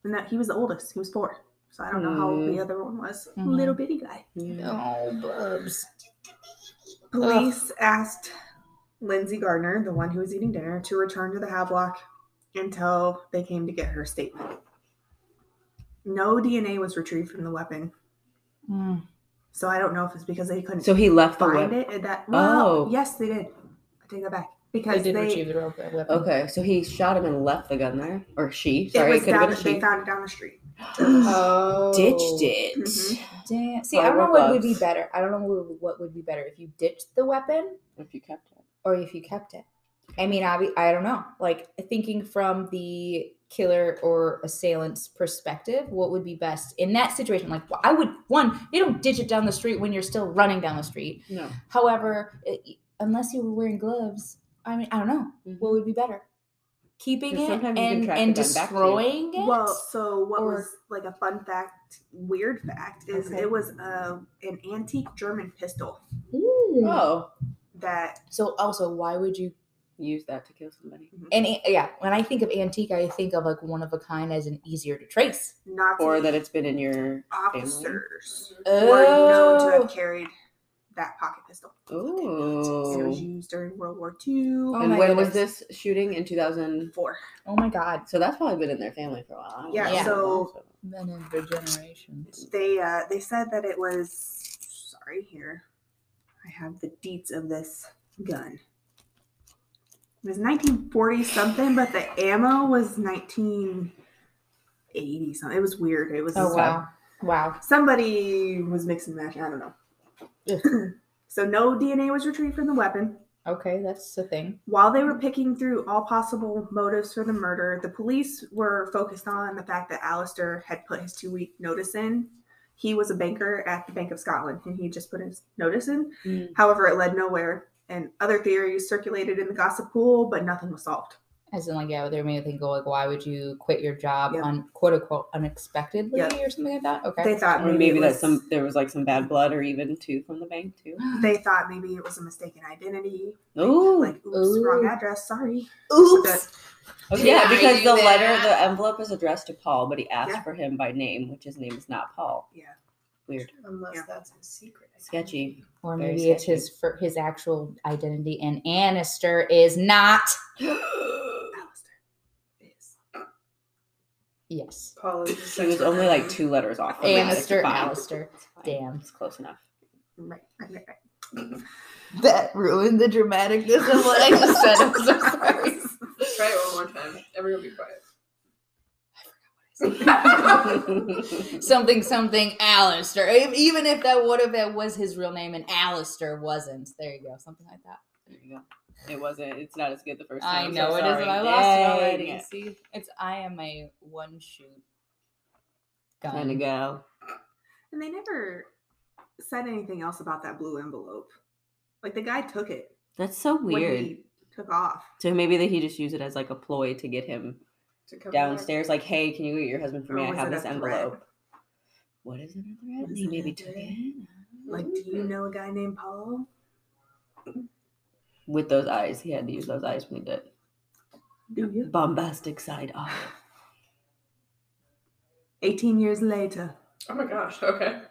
[SPEAKER 4] And that he was the oldest. He was four. So I don't know how old
[SPEAKER 2] Mm.
[SPEAKER 4] the other one was.
[SPEAKER 2] Mm-hmm.
[SPEAKER 1] Mhm.
[SPEAKER 4] Little bitty guy.
[SPEAKER 2] Yeah.
[SPEAKER 1] Oh, bubs.
[SPEAKER 4] Police asked Lindsay Gardner, the one who was eating dinner, to return to the Havelock until they came to get her statement. No DNA was retrieved from the weapon,
[SPEAKER 1] Mm.
[SPEAKER 4] so I don't know if it's because they couldn't
[SPEAKER 2] So he left the
[SPEAKER 4] find
[SPEAKER 2] weapon.
[SPEAKER 4] it. at That well,
[SPEAKER 2] Oh.
[SPEAKER 4] yes, they did. I take that back
[SPEAKER 3] They
[SPEAKER 4] because they,
[SPEAKER 3] did retrieve the real weapon.
[SPEAKER 2] Okay, so he shot him and left the gun there, or she?
[SPEAKER 4] it
[SPEAKER 2] Sorry,
[SPEAKER 4] was
[SPEAKER 2] it could have
[SPEAKER 4] down. The,
[SPEAKER 2] been
[SPEAKER 4] they
[SPEAKER 2] a she.
[SPEAKER 4] found it down the street.
[SPEAKER 2] (gasps)
[SPEAKER 3] Oh.
[SPEAKER 2] Ditched it.
[SPEAKER 4] Mhm.
[SPEAKER 1] Damn. See,
[SPEAKER 2] Or
[SPEAKER 1] I don't know what would
[SPEAKER 2] robots.
[SPEAKER 1] be better. I don't know what- what would be better if you ditched the weapon
[SPEAKER 2] If you kept it.
[SPEAKER 1] or if you kept it. I mean, I, I don't know. Like thinking from the killer or assailant's perspective, what would be best in that situation? Like, I would one, you don't ditch it down the street when you're still running down the street.
[SPEAKER 2] No.
[SPEAKER 1] However, it, unless you were wearing gloves, I mean, I don't know
[SPEAKER 2] Mm-hmm.
[SPEAKER 1] what would be better: keeping
[SPEAKER 2] 'Cause
[SPEAKER 1] it
[SPEAKER 2] sometimes you can
[SPEAKER 1] and,
[SPEAKER 2] track
[SPEAKER 1] and
[SPEAKER 2] the gun back to you.
[SPEAKER 1] destroying it.
[SPEAKER 4] Well, so what
[SPEAKER 1] Or-
[SPEAKER 4] was like a fun fact, weird fact, is
[SPEAKER 1] Okay.
[SPEAKER 4] it was a, an antique German pistol
[SPEAKER 1] Ooh.
[SPEAKER 2] Oh,
[SPEAKER 4] that
[SPEAKER 1] So also, why would you
[SPEAKER 2] use that to kill somebody.
[SPEAKER 1] and a- yeah, when I think of antique, I think of like one of a kind as an easier to trace.
[SPEAKER 4] Nazi
[SPEAKER 2] Or that it's been in your.
[SPEAKER 4] officers were known to
[SPEAKER 1] Oh,
[SPEAKER 4] have carried that pocket pistol. And it was
[SPEAKER 2] Ooh.
[SPEAKER 4] used during World War II.
[SPEAKER 1] Oh
[SPEAKER 2] and
[SPEAKER 1] my
[SPEAKER 2] when was
[SPEAKER 1] goodness.
[SPEAKER 2] this shooting? In 2000.
[SPEAKER 4] Four.
[SPEAKER 1] oh my god,
[SPEAKER 2] So that's probably been in their family for a while. I don't
[SPEAKER 4] Yeah,
[SPEAKER 2] know.
[SPEAKER 4] so-
[SPEAKER 1] men and for generations.
[SPEAKER 4] They uh, they said that it was sorry here. I have the deets of this gun. It was 1940 something, but the ammo was 1980 something. It was weird. It was
[SPEAKER 1] Oh wow, wow.
[SPEAKER 4] somebody was mixing and matching. I don't know. (laughs) so no DNA was retrieved from the weapon.
[SPEAKER 1] Okay, that's the thing.
[SPEAKER 4] While they were picking through all possible motives for the murder, the police were focused on the fact that Alistair had put his two week notice in. He was a banker at the Bank of Scotland and he had just put his notice in.
[SPEAKER 2] Mm.
[SPEAKER 4] However, it led nowhere, and other theories circulated in the gossip pool, but nothing was solved.
[SPEAKER 1] As in, like, yeah, they made me think, oh, like, why would you quit your job
[SPEAKER 4] Yep.
[SPEAKER 1] on quote unquote unexpectedly
[SPEAKER 4] Yep.
[SPEAKER 1] or something like that? Okay.
[SPEAKER 4] They thought
[SPEAKER 2] Or
[SPEAKER 4] maybe,
[SPEAKER 2] maybe,
[SPEAKER 4] it
[SPEAKER 2] that
[SPEAKER 4] was-
[SPEAKER 2] some there was like some bad blood or even two from the bank too.
[SPEAKER 4] They thought maybe it was a mistaken identity.
[SPEAKER 2] Ooh.
[SPEAKER 4] Like, oops, wrong
[SPEAKER 1] Ooh.
[SPEAKER 4] address. Sorry.
[SPEAKER 1] Oops.
[SPEAKER 4] But
[SPEAKER 2] Oh, yeah,
[SPEAKER 1] Yeah,
[SPEAKER 2] because
[SPEAKER 1] you
[SPEAKER 2] the
[SPEAKER 1] did
[SPEAKER 2] letter,
[SPEAKER 1] that.
[SPEAKER 2] the envelope is addressed to Paul, but he asked
[SPEAKER 4] Yeah.
[SPEAKER 2] for him by name, which his name is not Paul.
[SPEAKER 4] Yeah.
[SPEAKER 2] Weird.
[SPEAKER 3] Unless
[SPEAKER 4] Yeah.
[SPEAKER 3] that's a secret.
[SPEAKER 2] Sketchy.
[SPEAKER 1] Or
[SPEAKER 2] Very
[SPEAKER 1] maybe it's his for his actual identity, and Annister is not.
[SPEAKER 4] Alistair is.
[SPEAKER 1] Yes,
[SPEAKER 3] Paul is
[SPEAKER 2] She was only like two letters off. from that. It's
[SPEAKER 1] Annister,
[SPEAKER 2] fine.
[SPEAKER 1] Alistair.
[SPEAKER 2] It's fine.
[SPEAKER 1] Damn.
[SPEAKER 2] It's close enough. (laughs)
[SPEAKER 4] Right, right, right, right.
[SPEAKER 1] That ruined the dramaticness of what I just said. I'm so sorry.
[SPEAKER 3] Try it one more time. Everyone be quiet.
[SPEAKER 2] (laughs)
[SPEAKER 1] something something Alistair. E- Even if that would have that was his real name and Alistair wasn't. There you go. Something like that.
[SPEAKER 2] There you go. It wasn't. It's not as good the first time.
[SPEAKER 1] I
[SPEAKER 2] I'm
[SPEAKER 1] know
[SPEAKER 2] so
[SPEAKER 1] it
[SPEAKER 2] sorry.
[SPEAKER 1] isn't. I lost it
[SPEAKER 2] Dang
[SPEAKER 1] already.
[SPEAKER 2] it.
[SPEAKER 1] See? It's I am a one shoot gun.
[SPEAKER 2] Time to go.
[SPEAKER 4] And they never said anything else about that blue envelope. Like the guy took it.
[SPEAKER 2] That's so
[SPEAKER 4] when
[SPEAKER 2] weird.
[SPEAKER 4] he took off.
[SPEAKER 2] So maybe that he just used it as like a ploy to get him
[SPEAKER 3] To come
[SPEAKER 2] downstairs, like, hey, can you get your husband for me?
[SPEAKER 4] Or
[SPEAKER 2] I
[SPEAKER 4] was
[SPEAKER 2] have
[SPEAKER 4] it a
[SPEAKER 2] this
[SPEAKER 4] threat?
[SPEAKER 2] envelope. What is another threat?
[SPEAKER 4] Was
[SPEAKER 2] He
[SPEAKER 4] it
[SPEAKER 2] maybe
[SPEAKER 4] a
[SPEAKER 2] took
[SPEAKER 4] threat?
[SPEAKER 2] it
[SPEAKER 4] Like, do you know a guy named Paul?
[SPEAKER 2] with those eyes. He had to use those eyes when he did it.
[SPEAKER 4] Do you?
[SPEAKER 2] bombastic side eye.
[SPEAKER 4] (sighs) 18 years later,
[SPEAKER 3] Oh my gosh. Okay.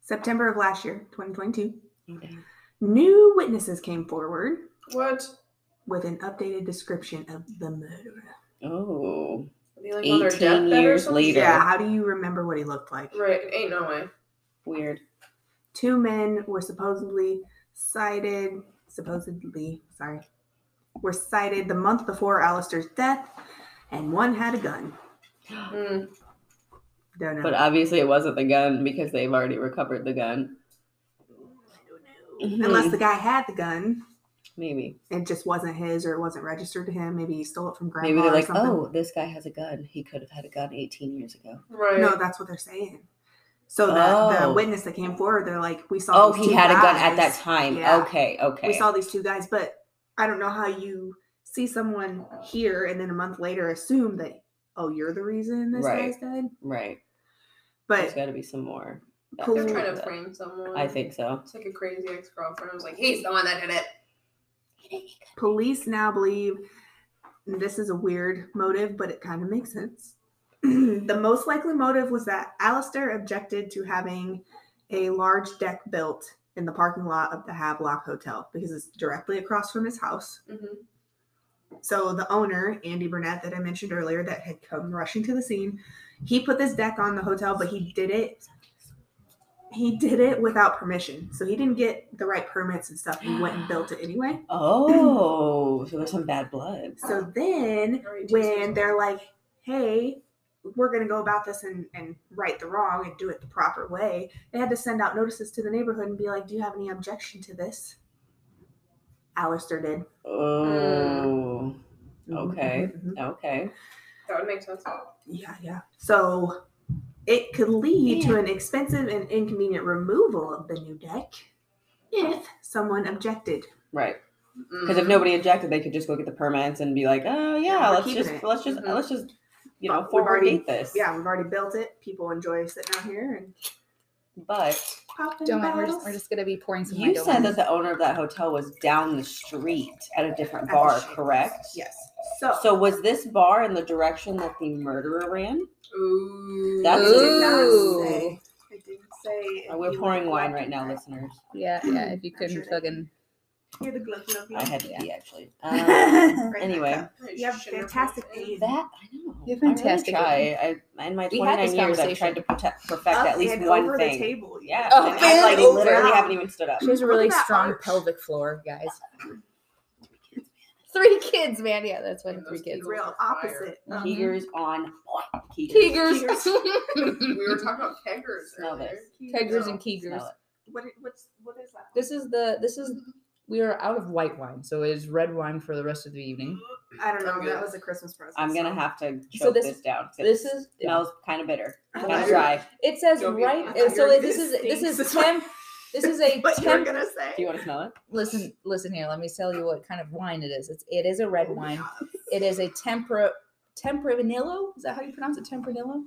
[SPEAKER 4] September of last year, 2022,
[SPEAKER 2] Oh, dang.
[SPEAKER 4] new witnesses came forward
[SPEAKER 3] What?
[SPEAKER 4] with an updated description of the murderer.
[SPEAKER 2] Oh,
[SPEAKER 3] Are they, like, on their
[SPEAKER 2] 18
[SPEAKER 3] deathbed or
[SPEAKER 2] years
[SPEAKER 3] something?
[SPEAKER 2] later.
[SPEAKER 4] Yeah, how do you remember what he looked like?
[SPEAKER 3] Right. Ain't no way.
[SPEAKER 2] weird.
[SPEAKER 4] Two men were supposedly cited, supposedly, sorry, were cited the month before Alistair's death, and one had a gun.
[SPEAKER 3] Mm.
[SPEAKER 4] Don't know.
[SPEAKER 2] But obviously, it wasn't the gun because they've already recovered the gun.
[SPEAKER 4] I don't know.
[SPEAKER 2] Mm-hmm.
[SPEAKER 4] Unless the guy had the gun,
[SPEAKER 2] Maybe.
[SPEAKER 4] it just wasn't his or it wasn't registered to him. Maybe he stole it from grandma.
[SPEAKER 2] Maybe they're
[SPEAKER 4] or
[SPEAKER 2] like,
[SPEAKER 4] something.
[SPEAKER 2] oh, this guy has a gun. He could have had a gun 18 years ago.
[SPEAKER 3] Right.
[SPEAKER 4] no, that's what they're saying. So the, the
[SPEAKER 2] Oh.
[SPEAKER 4] witness that came forward, they're like, we saw.
[SPEAKER 2] Oh,
[SPEAKER 4] these
[SPEAKER 2] he
[SPEAKER 4] two
[SPEAKER 2] had a gun at
[SPEAKER 4] guys.
[SPEAKER 2] that time.
[SPEAKER 4] Yeah.
[SPEAKER 2] Okay, okay.
[SPEAKER 4] We saw these two guys, but I don't know how you see someone here and then a month later assume that oh you're the reason this
[SPEAKER 2] Right.
[SPEAKER 4] guy's dead.
[SPEAKER 2] right. There's
[SPEAKER 4] But
[SPEAKER 2] got to be some more.
[SPEAKER 3] They're
[SPEAKER 4] Cool.
[SPEAKER 3] trying to frame someone.
[SPEAKER 2] I think
[SPEAKER 4] (clears throat)
[SPEAKER 2] so.
[SPEAKER 3] It's like a crazy ex girlfriend was like, he's the one that did it.
[SPEAKER 4] police now believe and this is a weird motive, but it kind of makes sense. (clears throat) the most likely motive was that Alistair objected to having a large deck built in the parking lot of the Havelock Hotel because it's directly across from his house.
[SPEAKER 3] Mm-hmm.
[SPEAKER 4] So the owner, Andy Burnett, that I mentioned earlier, that had come rushing to the scene, he put this deck on the hotel, but he did it. He did it without permission, so he didn't get the right permits and stuff. He went and built it anyway.
[SPEAKER 2] Oh, so there's some bad blood.
[SPEAKER 4] So then, when they're like, "Hey, we're gonna go about this and and right the wrong and do it the proper way," they had to send out notices to the neighborhood and be like, "Do you have any objection to this?" Alistair did.
[SPEAKER 3] Mm.
[SPEAKER 2] Oh, Okay.
[SPEAKER 4] Mhm, mhm.
[SPEAKER 2] okay.
[SPEAKER 3] that would make sense. Mm.
[SPEAKER 4] Yeah, yeah. So it could lead to an expensive and inconvenient removal of the new deck if someone objected.
[SPEAKER 2] Right. Because
[SPEAKER 3] Mm-hmm.
[SPEAKER 2] if nobody objected, they could just go get the permits and be like, "Oh yeah,
[SPEAKER 4] we're
[SPEAKER 2] let's
[SPEAKER 4] keeping
[SPEAKER 2] just
[SPEAKER 4] it."
[SPEAKER 2] let's just
[SPEAKER 3] Mhm.
[SPEAKER 2] let's just you know
[SPEAKER 4] But we've
[SPEAKER 2] forward
[SPEAKER 4] already-
[SPEAKER 2] date this."
[SPEAKER 4] Yeah, we've already built it. People enjoy sitting out here and
[SPEAKER 2] But
[SPEAKER 4] popping
[SPEAKER 1] Don't worry, we're
[SPEAKER 4] bottles.
[SPEAKER 1] just, we're just gonna be pouring some.
[SPEAKER 2] you
[SPEAKER 1] Lido
[SPEAKER 2] said
[SPEAKER 1] in.
[SPEAKER 2] that the owner of that hotel was down the street at a different
[SPEAKER 4] At the
[SPEAKER 2] bar,
[SPEAKER 4] Shakers.
[SPEAKER 2] correct?
[SPEAKER 4] Yes. So,
[SPEAKER 2] So was this bar in the direction that the murderer ran?
[SPEAKER 3] Ooh.
[SPEAKER 2] That
[SPEAKER 4] I
[SPEAKER 2] was-
[SPEAKER 4] did not
[SPEAKER 1] Ooh.
[SPEAKER 4] say. I didn't say. if
[SPEAKER 2] And Uh, we're
[SPEAKER 4] you
[SPEAKER 2] pouring
[SPEAKER 4] were
[SPEAKER 2] wine
[SPEAKER 4] black
[SPEAKER 2] right now,
[SPEAKER 4] or not.
[SPEAKER 2] listeners.
[SPEAKER 1] yeah, yeah. If you
[SPEAKER 4] I'm sure
[SPEAKER 1] couldn't
[SPEAKER 2] (laughs)
[SPEAKER 4] they-
[SPEAKER 1] fucking
[SPEAKER 4] Hear the glug glug glug.
[SPEAKER 2] I had to pee actually. Um,
[SPEAKER 4] Right back
[SPEAKER 2] anyway.
[SPEAKER 4] up. You have fantastic
[SPEAKER 3] aid.
[SPEAKER 4] aid.
[SPEAKER 2] that I know.
[SPEAKER 1] You're fantastic
[SPEAKER 2] I really try. I, in my
[SPEAKER 1] We had this
[SPEAKER 2] 29 years, I've tried
[SPEAKER 1] conversation.
[SPEAKER 2] to protect, perfect
[SPEAKER 4] Up
[SPEAKER 2] at least
[SPEAKER 4] and
[SPEAKER 2] one
[SPEAKER 4] over
[SPEAKER 2] thing.
[SPEAKER 4] The table.
[SPEAKER 2] Yeah,
[SPEAKER 1] Up
[SPEAKER 2] and I like
[SPEAKER 1] and over.
[SPEAKER 2] literally haven't even stood up.
[SPEAKER 1] She has a
[SPEAKER 4] Look at
[SPEAKER 1] really
[SPEAKER 4] that
[SPEAKER 1] strong
[SPEAKER 4] arch.
[SPEAKER 1] pelvic floor, guys. Three kids, man. Yeah, that's what
[SPEAKER 3] And
[SPEAKER 1] three
[SPEAKER 3] those
[SPEAKER 1] kids.
[SPEAKER 3] eagles.
[SPEAKER 4] Real opposite. of-
[SPEAKER 1] Mhm.
[SPEAKER 2] Keegers on Keegers.
[SPEAKER 1] Keegers.
[SPEAKER 3] We were talking about keggers
[SPEAKER 2] Smell
[SPEAKER 3] earlier.
[SPEAKER 1] (laughs)
[SPEAKER 2] this.
[SPEAKER 1] Keggers
[SPEAKER 3] No,
[SPEAKER 1] and Keegers.
[SPEAKER 2] Smell it.
[SPEAKER 4] What, i- what's, what is that?
[SPEAKER 1] This is the this is we are out of white wine, so it is red wine for the rest of the evening.
[SPEAKER 4] I don't
[SPEAKER 3] I'm
[SPEAKER 4] know.
[SPEAKER 3] good.
[SPEAKER 4] That was a Christmas present.
[SPEAKER 2] I'm gonna
[SPEAKER 4] so-
[SPEAKER 2] have to choke
[SPEAKER 1] So
[SPEAKER 2] this,
[SPEAKER 1] this-
[SPEAKER 2] down. 'cause
[SPEAKER 1] This is
[SPEAKER 2] it smells kind of bitter,
[SPEAKER 4] (laughs) I
[SPEAKER 2] kind of
[SPEAKER 4] thought
[SPEAKER 3] Pleasure.
[SPEAKER 4] you were-
[SPEAKER 2] dry.
[SPEAKER 1] It says
[SPEAKER 3] Don't be-
[SPEAKER 1] right.
[SPEAKER 3] I thought
[SPEAKER 1] So
[SPEAKER 3] you were
[SPEAKER 1] this is
[SPEAKER 4] gonna
[SPEAKER 1] this is
[SPEAKER 4] sneeze.
[SPEAKER 1] ten. This is
[SPEAKER 4] (laughs)
[SPEAKER 1] a
[SPEAKER 4] What
[SPEAKER 1] ten.
[SPEAKER 4] you're gonna say?
[SPEAKER 2] Do you want to smell it?
[SPEAKER 1] Listen, listen here. Let me tell you what kind of wine it is. It's it is a red wine. It is a tempra tempranillo. Is that how you pronounce it? Tempranillo.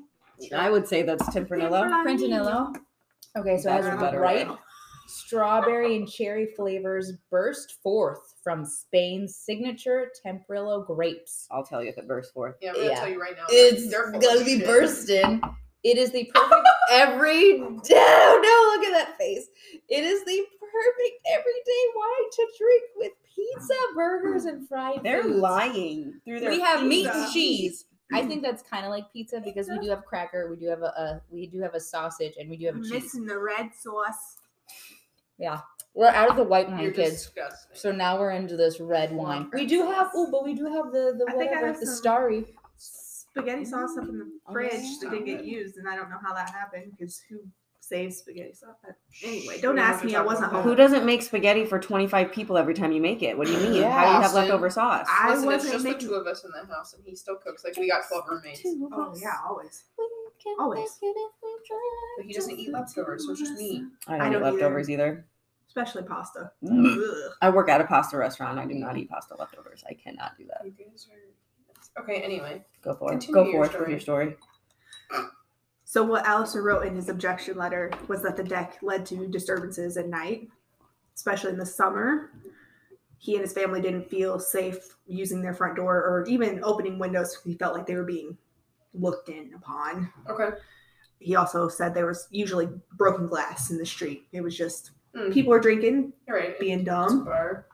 [SPEAKER 2] I would say that's Tempranillo.
[SPEAKER 1] Printanillo. Okay, so as
[SPEAKER 2] That's
[SPEAKER 1] the
[SPEAKER 2] a better
[SPEAKER 1] bright
[SPEAKER 2] one.
[SPEAKER 1] strawberry and cherry flavors burst forth from Spain's signature Tempranillo grapes.
[SPEAKER 2] I'll tell you if it bursts forth.
[SPEAKER 3] Yeah, I'm gonna
[SPEAKER 1] Yeah.
[SPEAKER 3] tell you right now.
[SPEAKER 1] It's
[SPEAKER 3] they're full
[SPEAKER 1] gonna
[SPEAKER 3] of
[SPEAKER 1] be
[SPEAKER 3] shit.
[SPEAKER 1] bursting. It (laughs) is the perfect every Oh, (laughs) no, look at that face. It is the perfect everyday wine to drink with pizza, burgers, and fried.
[SPEAKER 2] They're
[SPEAKER 1] foods.
[SPEAKER 2] lying through their.
[SPEAKER 1] We have meat
[SPEAKER 4] pizza.
[SPEAKER 1] and cheese. I think that's kind of like pizza because we do have cracker, we do have a, a we do have a sausage, and we do have a
[SPEAKER 4] I'm
[SPEAKER 1] cheese.
[SPEAKER 4] missing the red sauce.
[SPEAKER 1] We're out of the white wine,
[SPEAKER 3] You're
[SPEAKER 1] kids.
[SPEAKER 3] disgusting.
[SPEAKER 1] So now we're into this red wine. We do have oh, but we do have the the
[SPEAKER 4] I think I
[SPEAKER 1] whatever,
[SPEAKER 4] have
[SPEAKER 1] the
[SPEAKER 4] some.
[SPEAKER 1] starry.
[SPEAKER 4] Spaghetti sauce up in the
[SPEAKER 2] Oh,
[SPEAKER 4] fridge that didn't
[SPEAKER 3] stop
[SPEAKER 4] get
[SPEAKER 3] it.
[SPEAKER 4] used, and I don't know how that happened because who saves spaghetti sauce? But anyway,
[SPEAKER 3] We
[SPEAKER 4] don't
[SPEAKER 3] don't
[SPEAKER 4] ask
[SPEAKER 3] have to
[SPEAKER 4] me. I
[SPEAKER 3] talk
[SPEAKER 4] wasn't
[SPEAKER 3] about
[SPEAKER 4] home.
[SPEAKER 2] Who doesn't make spaghetti for 25 people every time you make it? What do you mean? How do you have
[SPEAKER 3] Yeah.
[SPEAKER 2] leftover sauce?
[SPEAKER 4] I
[SPEAKER 3] Listen, it's
[SPEAKER 4] wasn't
[SPEAKER 3] just the
[SPEAKER 4] making.
[SPEAKER 3] two of us in the house, and he still cooks. Like we got twelve roommates,
[SPEAKER 4] Oh yeah, always. Always.
[SPEAKER 1] Always.
[SPEAKER 3] but he doesn't eat leftovers, so it's just me.
[SPEAKER 2] I don't,
[SPEAKER 4] I
[SPEAKER 2] eat
[SPEAKER 4] don't either.
[SPEAKER 2] leftovers either.
[SPEAKER 4] Especially pasta.
[SPEAKER 2] Mm.
[SPEAKER 4] Ugh.
[SPEAKER 2] I work at a pasta restaurant. I do not eat pasta leftovers. I cannot do that.
[SPEAKER 3] You guys are. Okay. Anyway,
[SPEAKER 2] Go for it.
[SPEAKER 3] Continue
[SPEAKER 2] Go for
[SPEAKER 3] your
[SPEAKER 2] it for
[SPEAKER 3] story.
[SPEAKER 2] your story.
[SPEAKER 4] So what Alistair wrote in his objection letter was that the deck led to disturbances at night, especially in the summer. He and his family didn't feel safe using their front door or even opening windows because he felt like they were being looked in upon.
[SPEAKER 3] okay.
[SPEAKER 4] He also said there was usually broken glass in the street. It was just
[SPEAKER 3] Mm.
[SPEAKER 4] people were drinking,
[SPEAKER 3] All right.
[SPEAKER 4] being
[SPEAKER 3] It's
[SPEAKER 4] dumb.
[SPEAKER 3] bar.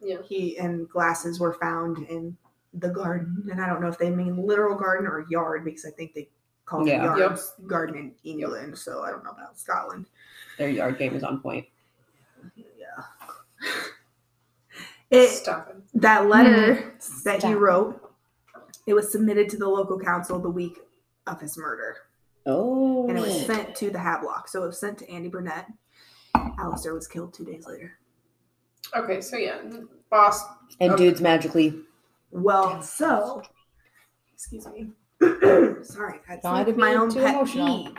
[SPEAKER 3] Yeah.
[SPEAKER 4] He and glasses were found in the garden, and I don't know if they mean literal garden or yard because I think they call
[SPEAKER 2] Yeah.
[SPEAKER 4] it
[SPEAKER 3] Yep.
[SPEAKER 4] yards garden in England. So I don't know about Scotland.
[SPEAKER 2] Their yard game is on point.
[SPEAKER 4] Yeah. It
[SPEAKER 3] Stop it.
[SPEAKER 4] that letter that he
[SPEAKER 1] Stop.
[SPEAKER 4] wrote, it was submitted to the local council the week of his murder,
[SPEAKER 2] Oh.
[SPEAKER 4] and it was sent to the Havelock. So it was sent to Andy Burnett. Alistair was killed two days later.
[SPEAKER 3] Okay. So yeah, boss.
[SPEAKER 2] And
[SPEAKER 3] Okay.
[SPEAKER 2] dudes magically.
[SPEAKER 4] Well,
[SPEAKER 1] That's
[SPEAKER 4] so excuse me. (clears throat) Sorry, I
[SPEAKER 1] Don't have
[SPEAKER 4] had
[SPEAKER 1] to
[SPEAKER 4] my
[SPEAKER 1] be
[SPEAKER 4] own
[SPEAKER 1] too
[SPEAKER 4] pet
[SPEAKER 1] emotional.
[SPEAKER 4] peeve.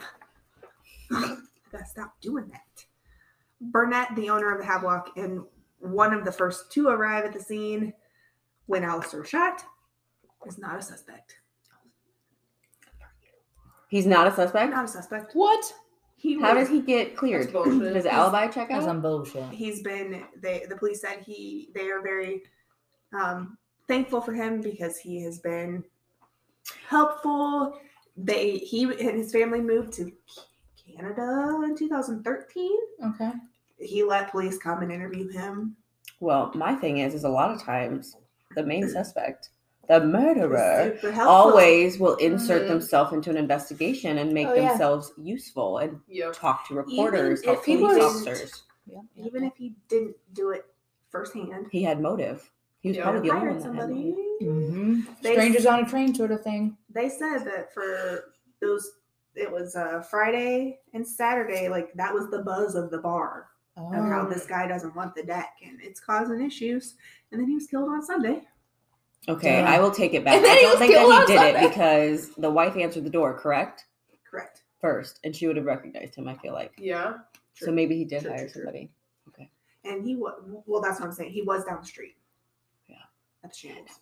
[SPEAKER 4] I (laughs) gotta stop doing that. Burnett, the owner of the Havelock, and one of the first to arrive at the scene when Alistair was shot, is not a suspect.
[SPEAKER 2] He's not a suspect.
[SPEAKER 4] Not a suspect.
[SPEAKER 1] What?
[SPEAKER 4] He
[SPEAKER 2] How
[SPEAKER 4] was-
[SPEAKER 2] does he get cleared?
[SPEAKER 3] That's bullshit.
[SPEAKER 2] Does alibi check
[SPEAKER 1] That's
[SPEAKER 2] out?
[SPEAKER 1] some bullshit.
[SPEAKER 4] he's been they the police said he they are very um thankful for him because he has been helpful they he and his family moved to canada in 2013
[SPEAKER 1] Okay.
[SPEAKER 4] he let police come and interview him.
[SPEAKER 2] Well, my thing is, is a lot of times the main suspect, the murderer,
[SPEAKER 4] Super helpful.
[SPEAKER 2] always will insert
[SPEAKER 3] Mhm.
[SPEAKER 2] themselves into an investigation and make
[SPEAKER 1] Oh, yeah.
[SPEAKER 2] themselves useful and
[SPEAKER 3] Yep.
[SPEAKER 2] talk to reporters,
[SPEAKER 4] if
[SPEAKER 2] help
[SPEAKER 4] he
[SPEAKER 2] police
[SPEAKER 4] was-
[SPEAKER 2] officers.
[SPEAKER 1] Yeah, yeah,
[SPEAKER 4] even
[SPEAKER 1] yeah.
[SPEAKER 4] if he didn't do it firsthand.
[SPEAKER 2] He had motive. He was
[SPEAKER 3] Yeah.
[SPEAKER 2] probably the only one
[SPEAKER 4] Hired
[SPEAKER 2] that had motive.
[SPEAKER 4] somebody.
[SPEAKER 1] Mhm.
[SPEAKER 4] They-
[SPEAKER 1] strangers on a train sort of thing.
[SPEAKER 4] They said that for those, it was uh, Friday and Saturday. Like that was the buzz of the bar of how
[SPEAKER 1] Oh,
[SPEAKER 4] this guy doesn't want the deck and it's causing issues. And then he was killed on Sunday.
[SPEAKER 2] Okay,
[SPEAKER 1] Yeah.
[SPEAKER 2] I will take it back.
[SPEAKER 1] And then
[SPEAKER 2] I
[SPEAKER 1] he
[SPEAKER 2] don't
[SPEAKER 1] was
[SPEAKER 2] think
[SPEAKER 1] killed
[SPEAKER 2] that
[SPEAKER 1] on
[SPEAKER 2] he did
[SPEAKER 1] Sunday.
[SPEAKER 2] it because the wife answered the door, correct?
[SPEAKER 4] Correct.
[SPEAKER 2] First, and she would have recognized him, I feel like.
[SPEAKER 3] Yeah.
[SPEAKER 2] So maybe he did
[SPEAKER 4] True,
[SPEAKER 2] hire
[SPEAKER 4] true, true.
[SPEAKER 2] somebody.
[SPEAKER 4] And he was well. That's what I'm saying. He was down the street.
[SPEAKER 2] Yeah.
[SPEAKER 4] At the shambles.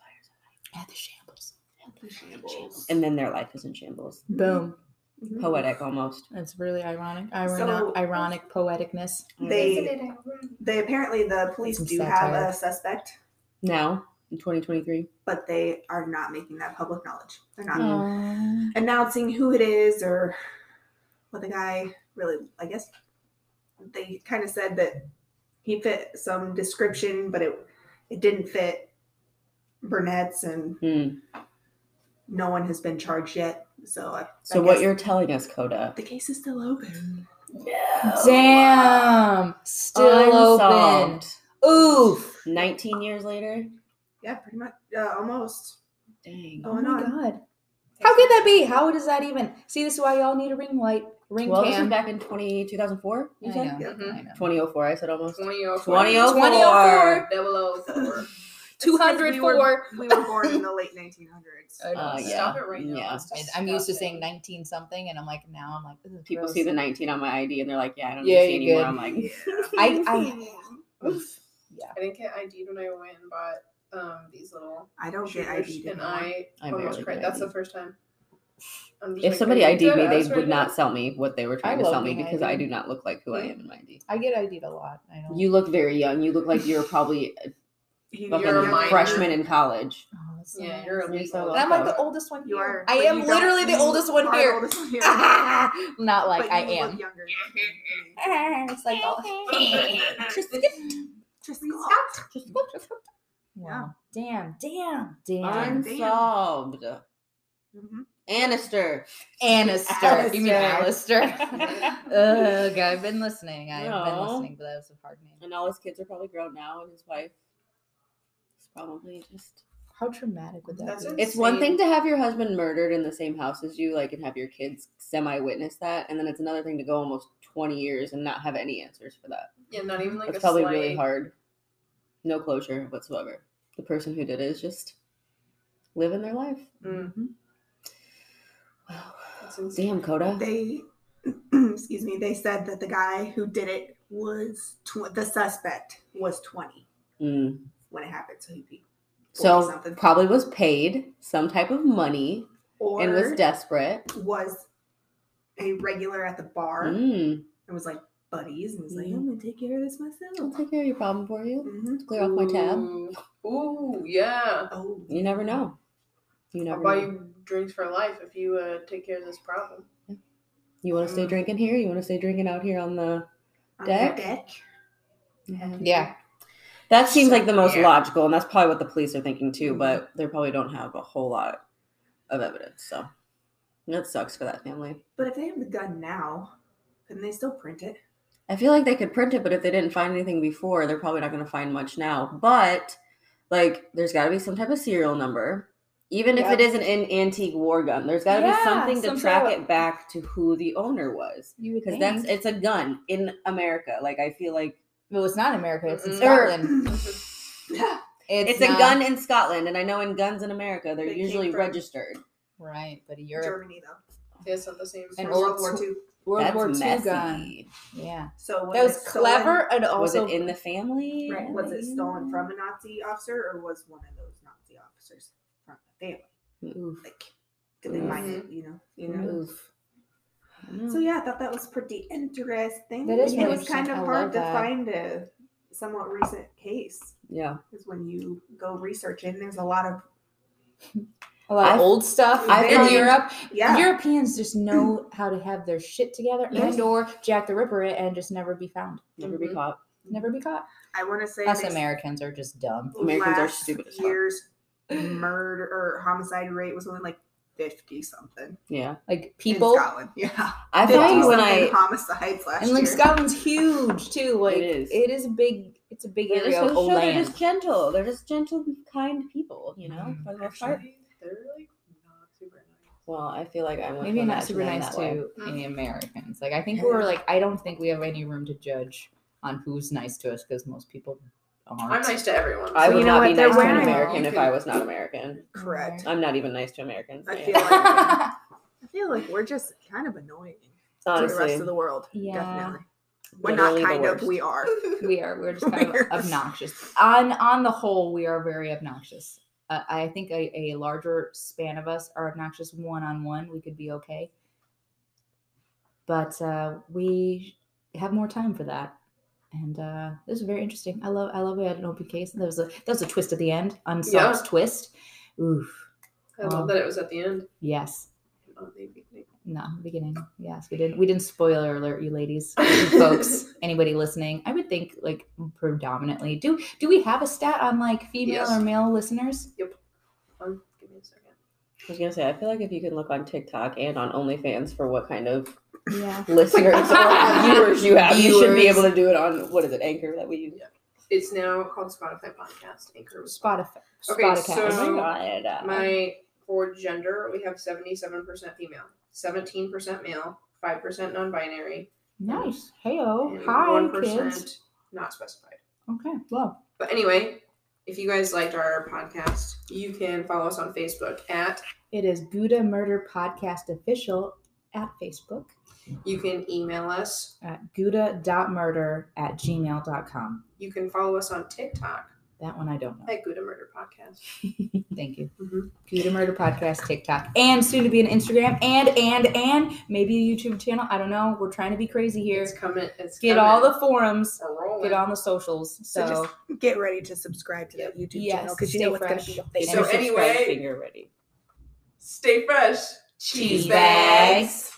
[SPEAKER 1] at the shambles.
[SPEAKER 4] At the shambles.
[SPEAKER 2] And then their life is in shambles.
[SPEAKER 1] Boom.
[SPEAKER 4] Mhm.
[SPEAKER 2] Poetic almost.
[SPEAKER 1] That's really ironic. Ironic,
[SPEAKER 4] So-
[SPEAKER 1] ironic poeticness.
[SPEAKER 4] They-
[SPEAKER 3] Isn't it ironic?
[SPEAKER 4] They apparently the police
[SPEAKER 1] Some
[SPEAKER 4] do
[SPEAKER 1] satire.
[SPEAKER 4] have a suspect,
[SPEAKER 2] Now, in 2023.
[SPEAKER 4] but they are not making that public knowledge. They're
[SPEAKER 1] Um,
[SPEAKER 4] not
[SPEAKER 2] Mm.
[SPEAKER 1] Aw.
[SPEAKER 4] announcing who it is or what the guy really. I guess they kind of said that he fit some description, but it it didn't fit Burnett's, and
[SPEAKER 2] Hmm.
[SPEAKER 4] no one has been charged yet. So I,
[SPEAKER 2] So
[SPEAKER 4] I
[SPEAKER 2] what
[SPEAKER 4] guess
[SPEAKER 2] you're telling us, Coda?
[SPEAKER 4] the case is still open.
[SPEAKER 1] oh, Damn. Still open.
[SPEAKER 2] Unsolved.
[SPEAKER 1] Oof.
[SPEAKER 2] 19 years later.
[SPEAKER 4] Yeah, pretty much. Uh, almost.
[SPEAKER 2] Dang.
[SPEAKER 1] Oh
[SPEAKER 4] Going
[SPEAKER 1] my
[SPEAKER 4] on.
[SPEAKER 1] god. How could that be? How does that even? See, this is why y'all need a ring light, ring
[SPEAKER 2] Well, this was
[SPEAKER 1] cam. Mm-hmm.
[SPEAKER 2] back in 20, 2004, you
[SPEAKER 1] I
[SPEAKER 2] said?
[SPEAKER 1] know,
[SPEAKER 3] Mhm.
[SPEAKER 1] I know.
[SPEAKER 2] 2004, I said almost.
[SPEAKER 3] 2004.
[SPEAKER 2] 2004.
[SPEAKER 3] 004.
[SPEAKER 4] It's 'cause We were,
[SPEAKER 1] 204.
[SPEAKER 4] we were born in the late 1900s.
[SPEAKER 1] (laughs) I know.
[SPEAKER 2] Uh, yeah.
[SPEAKER 3] Stop it right now.
[SPEAKER 2] Yeah.
[SPEAKER 3] Stop
[SPEAKER 1] And I'm used to
[SPEAKER 3] it.
[SPEAKER 1] saying 19 something, and I'm like, now I'm like, ugh,
[SPEAKER 2] People
[SPEAKER 1] gross.
[SPEAKER 2] see the 19 on my ID and they're like, yeah, I don't
[SPEAKER 1] Yeah,
[SPEAKER 2] need to see
[SPEAKER 1] you
[SPEAKER 2] anymore.
[SPEAKER 1] good.
[SPEAKER 2] I'm like,
[SPEAKER 1] I, I, yeah.
[SPEAKER 3] I didn't get ID'd when I went and bought um, these little
[SPEAKER 4] (laughs) I don't get
[SPEAKER 3] shooters,
[SPEAKER 4] ID.
[SPEAKER 3] and I
[SPEAKER 2] I barely
[SPEAKER 3] almost cried.
[SPEAKER 2] get
[SPEAKER 3] That's
[SPEAKER 2] ID.
[SPEAKER 3] the first time. I'm just
[SPEAKER 2] If
[SPEAKER 3] like,
[SPEAKER 2] somebody
[SPEAKER 3] "Are you
[SPEAKER 2] ID'd
[SPEAKER 3] good?
[SPEAKER 2] me,
[SPEAKER 3] I
[SPEAKER 2] they
[SPEAKER 3] was
[SPEAKER 2] would
[SPEAKER 3] really
[SPEAKER 2] not
[SPEAKER 3] good."
[SPEAKER 2] sell me what they were trying to
[SPEAKER 1] love
[SPEAKER 2] sell me
[SPEAKER 1] being
[SPEAKER 2] because I
[SPEAKER 1] ID'd.
[SPEAKER 2] do not look like who I am in my ID.
[SPEAKER 1] I get ID'd a lot. I don't.
[SPEAKER 2] You look very young. You look like you're (laughs) probably a
[SPEAKER 4] You,
[SPEAKER 2] fucking
[SPEAKER 3] You're a minor.
[SPEAKER 2] freshman in college.
[SPEAKER 1] Oh, that's so
[SPEAKER 3] Yeah,
[SPEAKER 1] nice.
[SPEAKER 3] you're a
[SPEAKER 2] You're
[SPEAKER 3] legal.
[SPEAKER 2] so
[SPEAKER 1] And I'm like the
[SPEAKER 3] adult.
[SPEAKER 1] oldest one
[SPEAKER 4] You
[SPEAKER 1] here.
[SPEAKER 4] are.
[SPEAKER 1] I
[SPEAKER 4] but
[SPEAKER 1] am
[SPEAKER 4] you don't-
[SPEAKER 1] literally the
[SPEAKER 4] you
[SPEAKER 1] oldest one
[SPEAKER 4] are
[SPEAKER 1] (laughs)
[SPEAKER 4] the
[SPEAKER 1] here.
[SPEAKER 4] oldest one here.
[SPEAKER 1] Not like
[SPEAKER 4] But
[SPEAKER 1] I
[SPEAKER 4] you look
[SPEAKER 1] am.
[SPEAKER 4] younger.
[SPEAKER 1] (laughs)
[SPEAKER 3] Mm-hmm.
[SPEAKER 1] It's like
[SPEAKER 4] (laughs)
[SPEAKER 1] all. (laughs)
[SPEAKER 4] Just
[SPEAKER 1] Wow. Damn. Damn. Damn.
[SPEAKER 4] I'm-
[SPEAKER 2] Unsolved.
[SPEAKER 4] Mhm.
[SPEAKER 2] Annister.
[SPEAKER 1] Annister. You mean
[SPEAKER 2] Alistair.
[SPEAKER 1] Alistair? (laughs) Ugh. I've been listening. I've been
[SPEAKER 2] No.
[SPEAKER 1] listening, but that was a hard name.
[SPEAKER 2] And all his kids are probably grown now, and his wife is probably just.
[SPEAKER 1] How traumatic would that
[SPEAKER 3] That's
[SPEAKER 1] be?
[SPEAKER 3] it.
[SPEAKER 2] It's one thing
[SPEAKER 3] Insane.
[SPEAKER 2] to have your husband murdered in the same house as you, like, and have your kids semi witness that, and then it's another thing to go almost 20 years and not have any answers for that.
[SPEAKER 3] Yeah, not even like
[SPEAKER 2] That's
[SPEAKER 3] a
[SPEAKER 2] probably
[SPEAKER 3] slight.
[SPEAKER 2] really hard. No closure whatsoever. The person who did it is just living their life. (sighs) Mm-hmm.
[SPEAKER 4] Mhm.
[SPEAKER 2] Wow.
[SPEAKER 3] That's insane.
[SPEAKER 2] Damn, Coda.
[SPEAKER 4] Mm-hmm. They, (clears throat) excuse me, they said that the guy who did it was, tw- the suspect was 20
[SPEAKER 2] Mm.
[SPEAKER 4] when it happened. So he'd be 40
[SPEAKER 2] So
[SPEAKER 4] something.
[SPEAKER 2] probably was paid some type of money
[SPEAKER 4] or
[SPEAKER 2] and was desperate.
[SPEAKER 4] was a regular at the bar
[SPEAKER 2] Mm.
[SPEAKER 4] and was like buddies and was like,
[SPEAKER 2] Mhm.
[SPEAKER 4] I'm going to take care of this
[SPEAKER 2] I'll
[SPEAKER 4] myself.
[SPEAKER 2] take care of your problem for you.
[SPEAKER 4] Mhm.
[SPEAKER 2] Clear off my tab.
[SPEAKER 3] Ooh. Ooh, yeah.
[SPEAKER 4] Oh,
[SPEAKER 2] You never know. You
[SPEAKER 3] I'll
[SPEAKER 2] never
[SPEAKER 3] buy
[SPEAKER 2] know.
[SPEAKER 3] you drinks for life if you uh, take care of this problem.
[SPEAKER 2] You want to
[SPEAKER 1] Um,
[SPEAKER 2] stay
[SPEAKER 3] Mm.
[SPEAKER 2] drinking here? You want to stay drinking out here on the.
[SPEAKER 4] on
[SPEAKER 2] Deck?
[SPEAKER 4] the deck.
[SPEAKER 1] Yeah.
[SPEAKER 2] That seems like the most
[SPEAKER 3] Yeah.
[SPEAKER 2] logical, and that's probably what the police are thinking
[SPEAKER 1] Mm-hmm.
[SPEAKER 2] too, but they probably don't have a whole lot of evidence. So that sucks for that family.
[SPEAKER 4] But if they have the gun now, couldn't they still print it?
[SPEAKER 2] I feel like they could print it, but if they didn't find anything before, they're probably not going to find much now. But like, there's got to be some type of serial number, even if it
[SPEAKER 1] Yeah.
[SPEAKER 2] is an, an antique war gun. There's got to
[SPEAKER 1] Yeah,
[SPEAKER 2] be something to
[SPEAKER 1] some
[SPEAKER 2] track
[SPEAKER 1] sort of-
[SPEAKER 2] it back to who the owner was,
[SPEAKER 1] You would
[SPEAKER 2] because
[SPEAKER 1] think.
[SPEAKER 2] that's it's a gun in America. Like, I feel like
[SPEAKER 1] well, it's not in America. It's in
[SPEAKER 3] Mm-mm.
[SPEAKER 2] Or-
[SPEAKER 1] Scotland. It's,
[SPEAKER 2] Mm-hmm.
[SPEAKER 4] (clears throat)
[SPEAKER 2] it's, a
[SPEAKER 1] not-
[SPEAKER 2] gun in Scotland, and I know in guns in America they're
[SPEAKER 4] They came
[SPEAKER 2] usually
[SPEAKER 4] from-
[SPEAKER 2] registered.
[SPEAKER 1] Right, but Europe.
[SPEAKER 4] Germany though.
[SPEAKER 3] It's not the same.
[SPEAKER 1] And
[SPEAKER 4] From
[SPEAKER 3] source.
[SPEAKER 1] old
[SPEAKER 4] World War
[SPEAKER 1] school-
[SPEAKER 4] II.
[SPEAKER 1] World
[SPEAKER 2] That's
[SPEAKER 1] War II
[SPEAKER 2] messy.
[SPEAKER 1] gun. Yeah.
[SPEAKER 4] So
[SPEAKER 1] That was
[SPEAKER 4] it
[SPEAKER 1] clever and
[SPEAKER 2] Was
[SPEAKER 1] also
[SPEAKER 2] it in the family?
[SPEAKER 4] Stolen, right, was it
[SPEAKER 2] Yeah.
[SPEAKER 4] stolen from a Nazi officer or was one of those Nazi officers from the family?
[SPEAKER 1] Oof.
[SPEAKER 4] Like, did they find it? You know, you know.
[SPEAKER 1] Mm-hmm. Oof.
[SPEAKER 4] So yeah, I thought that was pretty interesting.
[SPEAKER 1] That is
[SPEAKER 4] it was
[SPEAKER 1] interesting.
[SPEAKER 4] kind of
[SPEAKER 1] I love
[SPEAKER 4] hard to
[SPEAKER 1] that.
[SPEAKER 4] find a somewhat recent case
[SPEAKER 2] Yeah.
[SPEAKER 4] because when you go researching, there's a lot of
[SPEAKER 1] a lot of
[SPEAKER 2] I've-
[SPEAKER 1] old stuff
[SPEAKER 2] I've
[SPEAKER 1] in
[SPEAKER 2] found-
[SPEAKER 1] Europe.
[SPEAKER 4] Yeah.
[SPEAKER 1] Europeans just know how to have their shit together
[SPEAKER 4] Yes.
[SPEAKER 1] and or Jack the Ripper it and just never be found,
[SPEAKER 2] Never be
[SPEAKER 3] Mhm.
[SPEAKER 2] caught.
[SPEAKER 1] never be caught.
[SPEAKER 4] I want to say
[SPEAKER 1] Us
[SPEAKER 4] they s-
[SPEAKER 1] Americans are just dumb.
[SPEAKER 2] Americans are
[SPEAKER 4] last
[SPEAKER 2] stupid as fuck.
[SPEAKER 4] Year's murder or homicide rate was only like fifty something
[SPEAKER 2] Yeah.
[SPEAKER 1] Like
[SPEAKER 4] in
[SPEAKER 1] people,
[SPEAKER 4] Scotland. Yeah,
[SPEAKER 2] I
[SPEAKER 1] Did
[SPEAKER 2] find
[SPEAKER 1] you-
[SPEAKER 2] when
[SPEAKER 4] something
[SPEAKER 2] I
[SPEAKER 4] homicides last
[SPEAKER 1] and like
[SPEAKER 4] year.
[SPEAKER 1] Scotland's huge too. Like
[SPEAKER 2] is.
[SPEAKER 1] it is a big. It's a big
[SPEAKER 2] they're
[SPEAKER 1] area
[SPEAKER 2] just,
[SPEAKER 1] of
[SPEAKER 2] so
[SPEAKER 1] old
[SPEAKER 2] sure they're
[SPEAKER 1] land.
[SPEAKER 2] just gentle. They're just gentle, kind people, you know,
[SPEAKER 1] Mm.
[SPEAKER 2] for the most part.
[SPEAKER 3] Actually, they're like not super nice.
[SPEAKER 2] Well, I feel like I went
[SPEAKER 1] Maybe
[SPEAKER 2] from
[SPEAKER 1] not
[SPEAKER 2] that
[SPEAKER 1] super
[SPEAKER 2] to them
[SPEAKER 1] nice
[SPEAKER 2] that way. Mm.
[SPEAKER 1] to any Americans. Like I think
[SPEAKER 2] Yeah.
[SPEAKER 1] we're like I don't think we have any room to judge on who's nice to us because most people aren't.
[SPEAKER 3] I'm nice to everyone.
[SPEAKER 2] I
[SPEAKER 4] Well,
[SPEAKER 2] would
[SPEAKER 4] you know
[SPEAKER 2] not
[SPEAKER 4] what?
[SPEAKER 2] be
[SPEAKER 4] They're
[SPEAKER 2] nice to an
[SPEAKER 1] wearing-
[SPEAKER 2] American
[SPEAKER 3] You
[SPEAKER 2] if
[SPEAKER 3] can-
[SPEAKER 2] I was not American.
[SPEAKER 4] Correct.
[SPEAKER 2] I'm not even nice to Americans.
[SPEAKER 4] I
[SPEAKER 2] man.
[SPEAKER 1] (laughs)
[SPEAKER 2] (laughs)
[SPEAKER 4] feel like- I feel like we're just kind of annoying to the
[SPEAKER 2] Honestly,
[SPEAKER 4] rest of the world.
[SPEAKER 1] Yeah.
[SPEAKER 4] Definitely. We're
[SPEAKER 2] literally
[SPEAKER 4] not
[SPEAKER 2] the
[SPEAKER 4] kind of,
[SPEAKER 2] worst.
[SPEAKER 1] (laughs)
[SPEAKER 4] we are.
[SPEAKER 1] we are. We're just kind
[SPEAKER 4] We're-
[SPEAKER 1] of obnoxious. On on the whole, we are very obnoxious. Uh, I think a, a larger span of us are obnoxious one on one. We could be okay, but uh, we have more time for that. And uh, this is very interesting. I love I love we had an open case. That was a that was a twist at the end. Unsolved twist. Oof.
[SPEAKER 3] I love that it was at the end. Oh,
[SPEAKER 1] Yes.
[SPEAKER 3] Not the beginning.
[SPEAKER 1] No, beginning. Yes, we didn't. We didn't spoiler alert you, ladies, (laughs) folks, anybody listening. I would think like predominantly. Do do we have a stat on like female
[SPEAKER 3] Yes.
[SPEAKER 1] or male listeners?
[SPEAKER 3] Um, give me a second.
[SPEAKER 2] I was gonna say, I feel like if you can look on TikTok and on OnlyFans for what kind of
[SPEAKER 1] Yeah.
[SPEAKER 2] listeners or viewers you have, you should be
[SPEAKER 1] Viewers.
[SPEAKER 2] able to do it on what is it, Anchor that we use?
[SPEAKER 3] It's now called Spotify Podcast. Anchor was
[SPEAKER 1] Spotify.
[SPEAKER 3] Okay,
[SPEAKER 1] Spotify.
[SPEAKER 3] so-
[SPEAKER 2] Oh my god!
[SPEAKER 3] My for gender, we have seventy-seven percent female, seventeen percent male, five percent non-binary,
[SPEAKER 1] nice. Hey oh.
[SPEAKER 3] and
[SPEAKER 1] Hi
[SPEAKER 3] one
[SPEAKER 1] kids.
[SPEAKER 3] percent not specified.
[SPEAKER 1] Okay. Well.
[SPEAKER 3] But anyway, if you guys liked our podcast, you can follow us on Facebook at.
[SPEAKER 1] It is Gouda Murder Podcast Official at Facebook
[SPEAKER 3] You can email us.
[SPEAKER 1] at gouda.murder at gmail.com.
[SPEAKER 3] You can follow us on TikTok
[SPEAKER 1] That one I don't know.
[SPEAKER 3] at Gouda Murder Podcast.
[SPEAKER 1] Thank you.
[SPEAKER 3] Mhm.
[SPEAKER 1] Gouda Murder Podcast, TikTok, and soon to be an Instagram, and and and maybe a YouTube channel. I don't know. We're trying to be crazy here.
[SPEAKER 3] It's coming. It's
[SPEAKER 1] Get
[SPEAKER 3] coming.
[SPEAKER 1] all the forums.
[SPEAKER 3] We're rolling.
[SPEAKER 1] Get on the socials. So,
[SPEAKER 4] So Get ready to subscribe to that YouTube
[SPEAKER 1] Yes,
[SPEAKER 4] channel because you
[SPEAKER 1] stay
[SPEAKER 4] know what's going to be
[SPEAKER 1] fresh.
[SPEAKER 4] the face.
[SPEAKER 3] So
[SPEAKER 2] So anyway,
[SPEAKER 3] anyway-
[SPEAKER 2] finger ready.
[SPEAKER 3] Stay fresh.
[SPEAKER 1] cheese bags.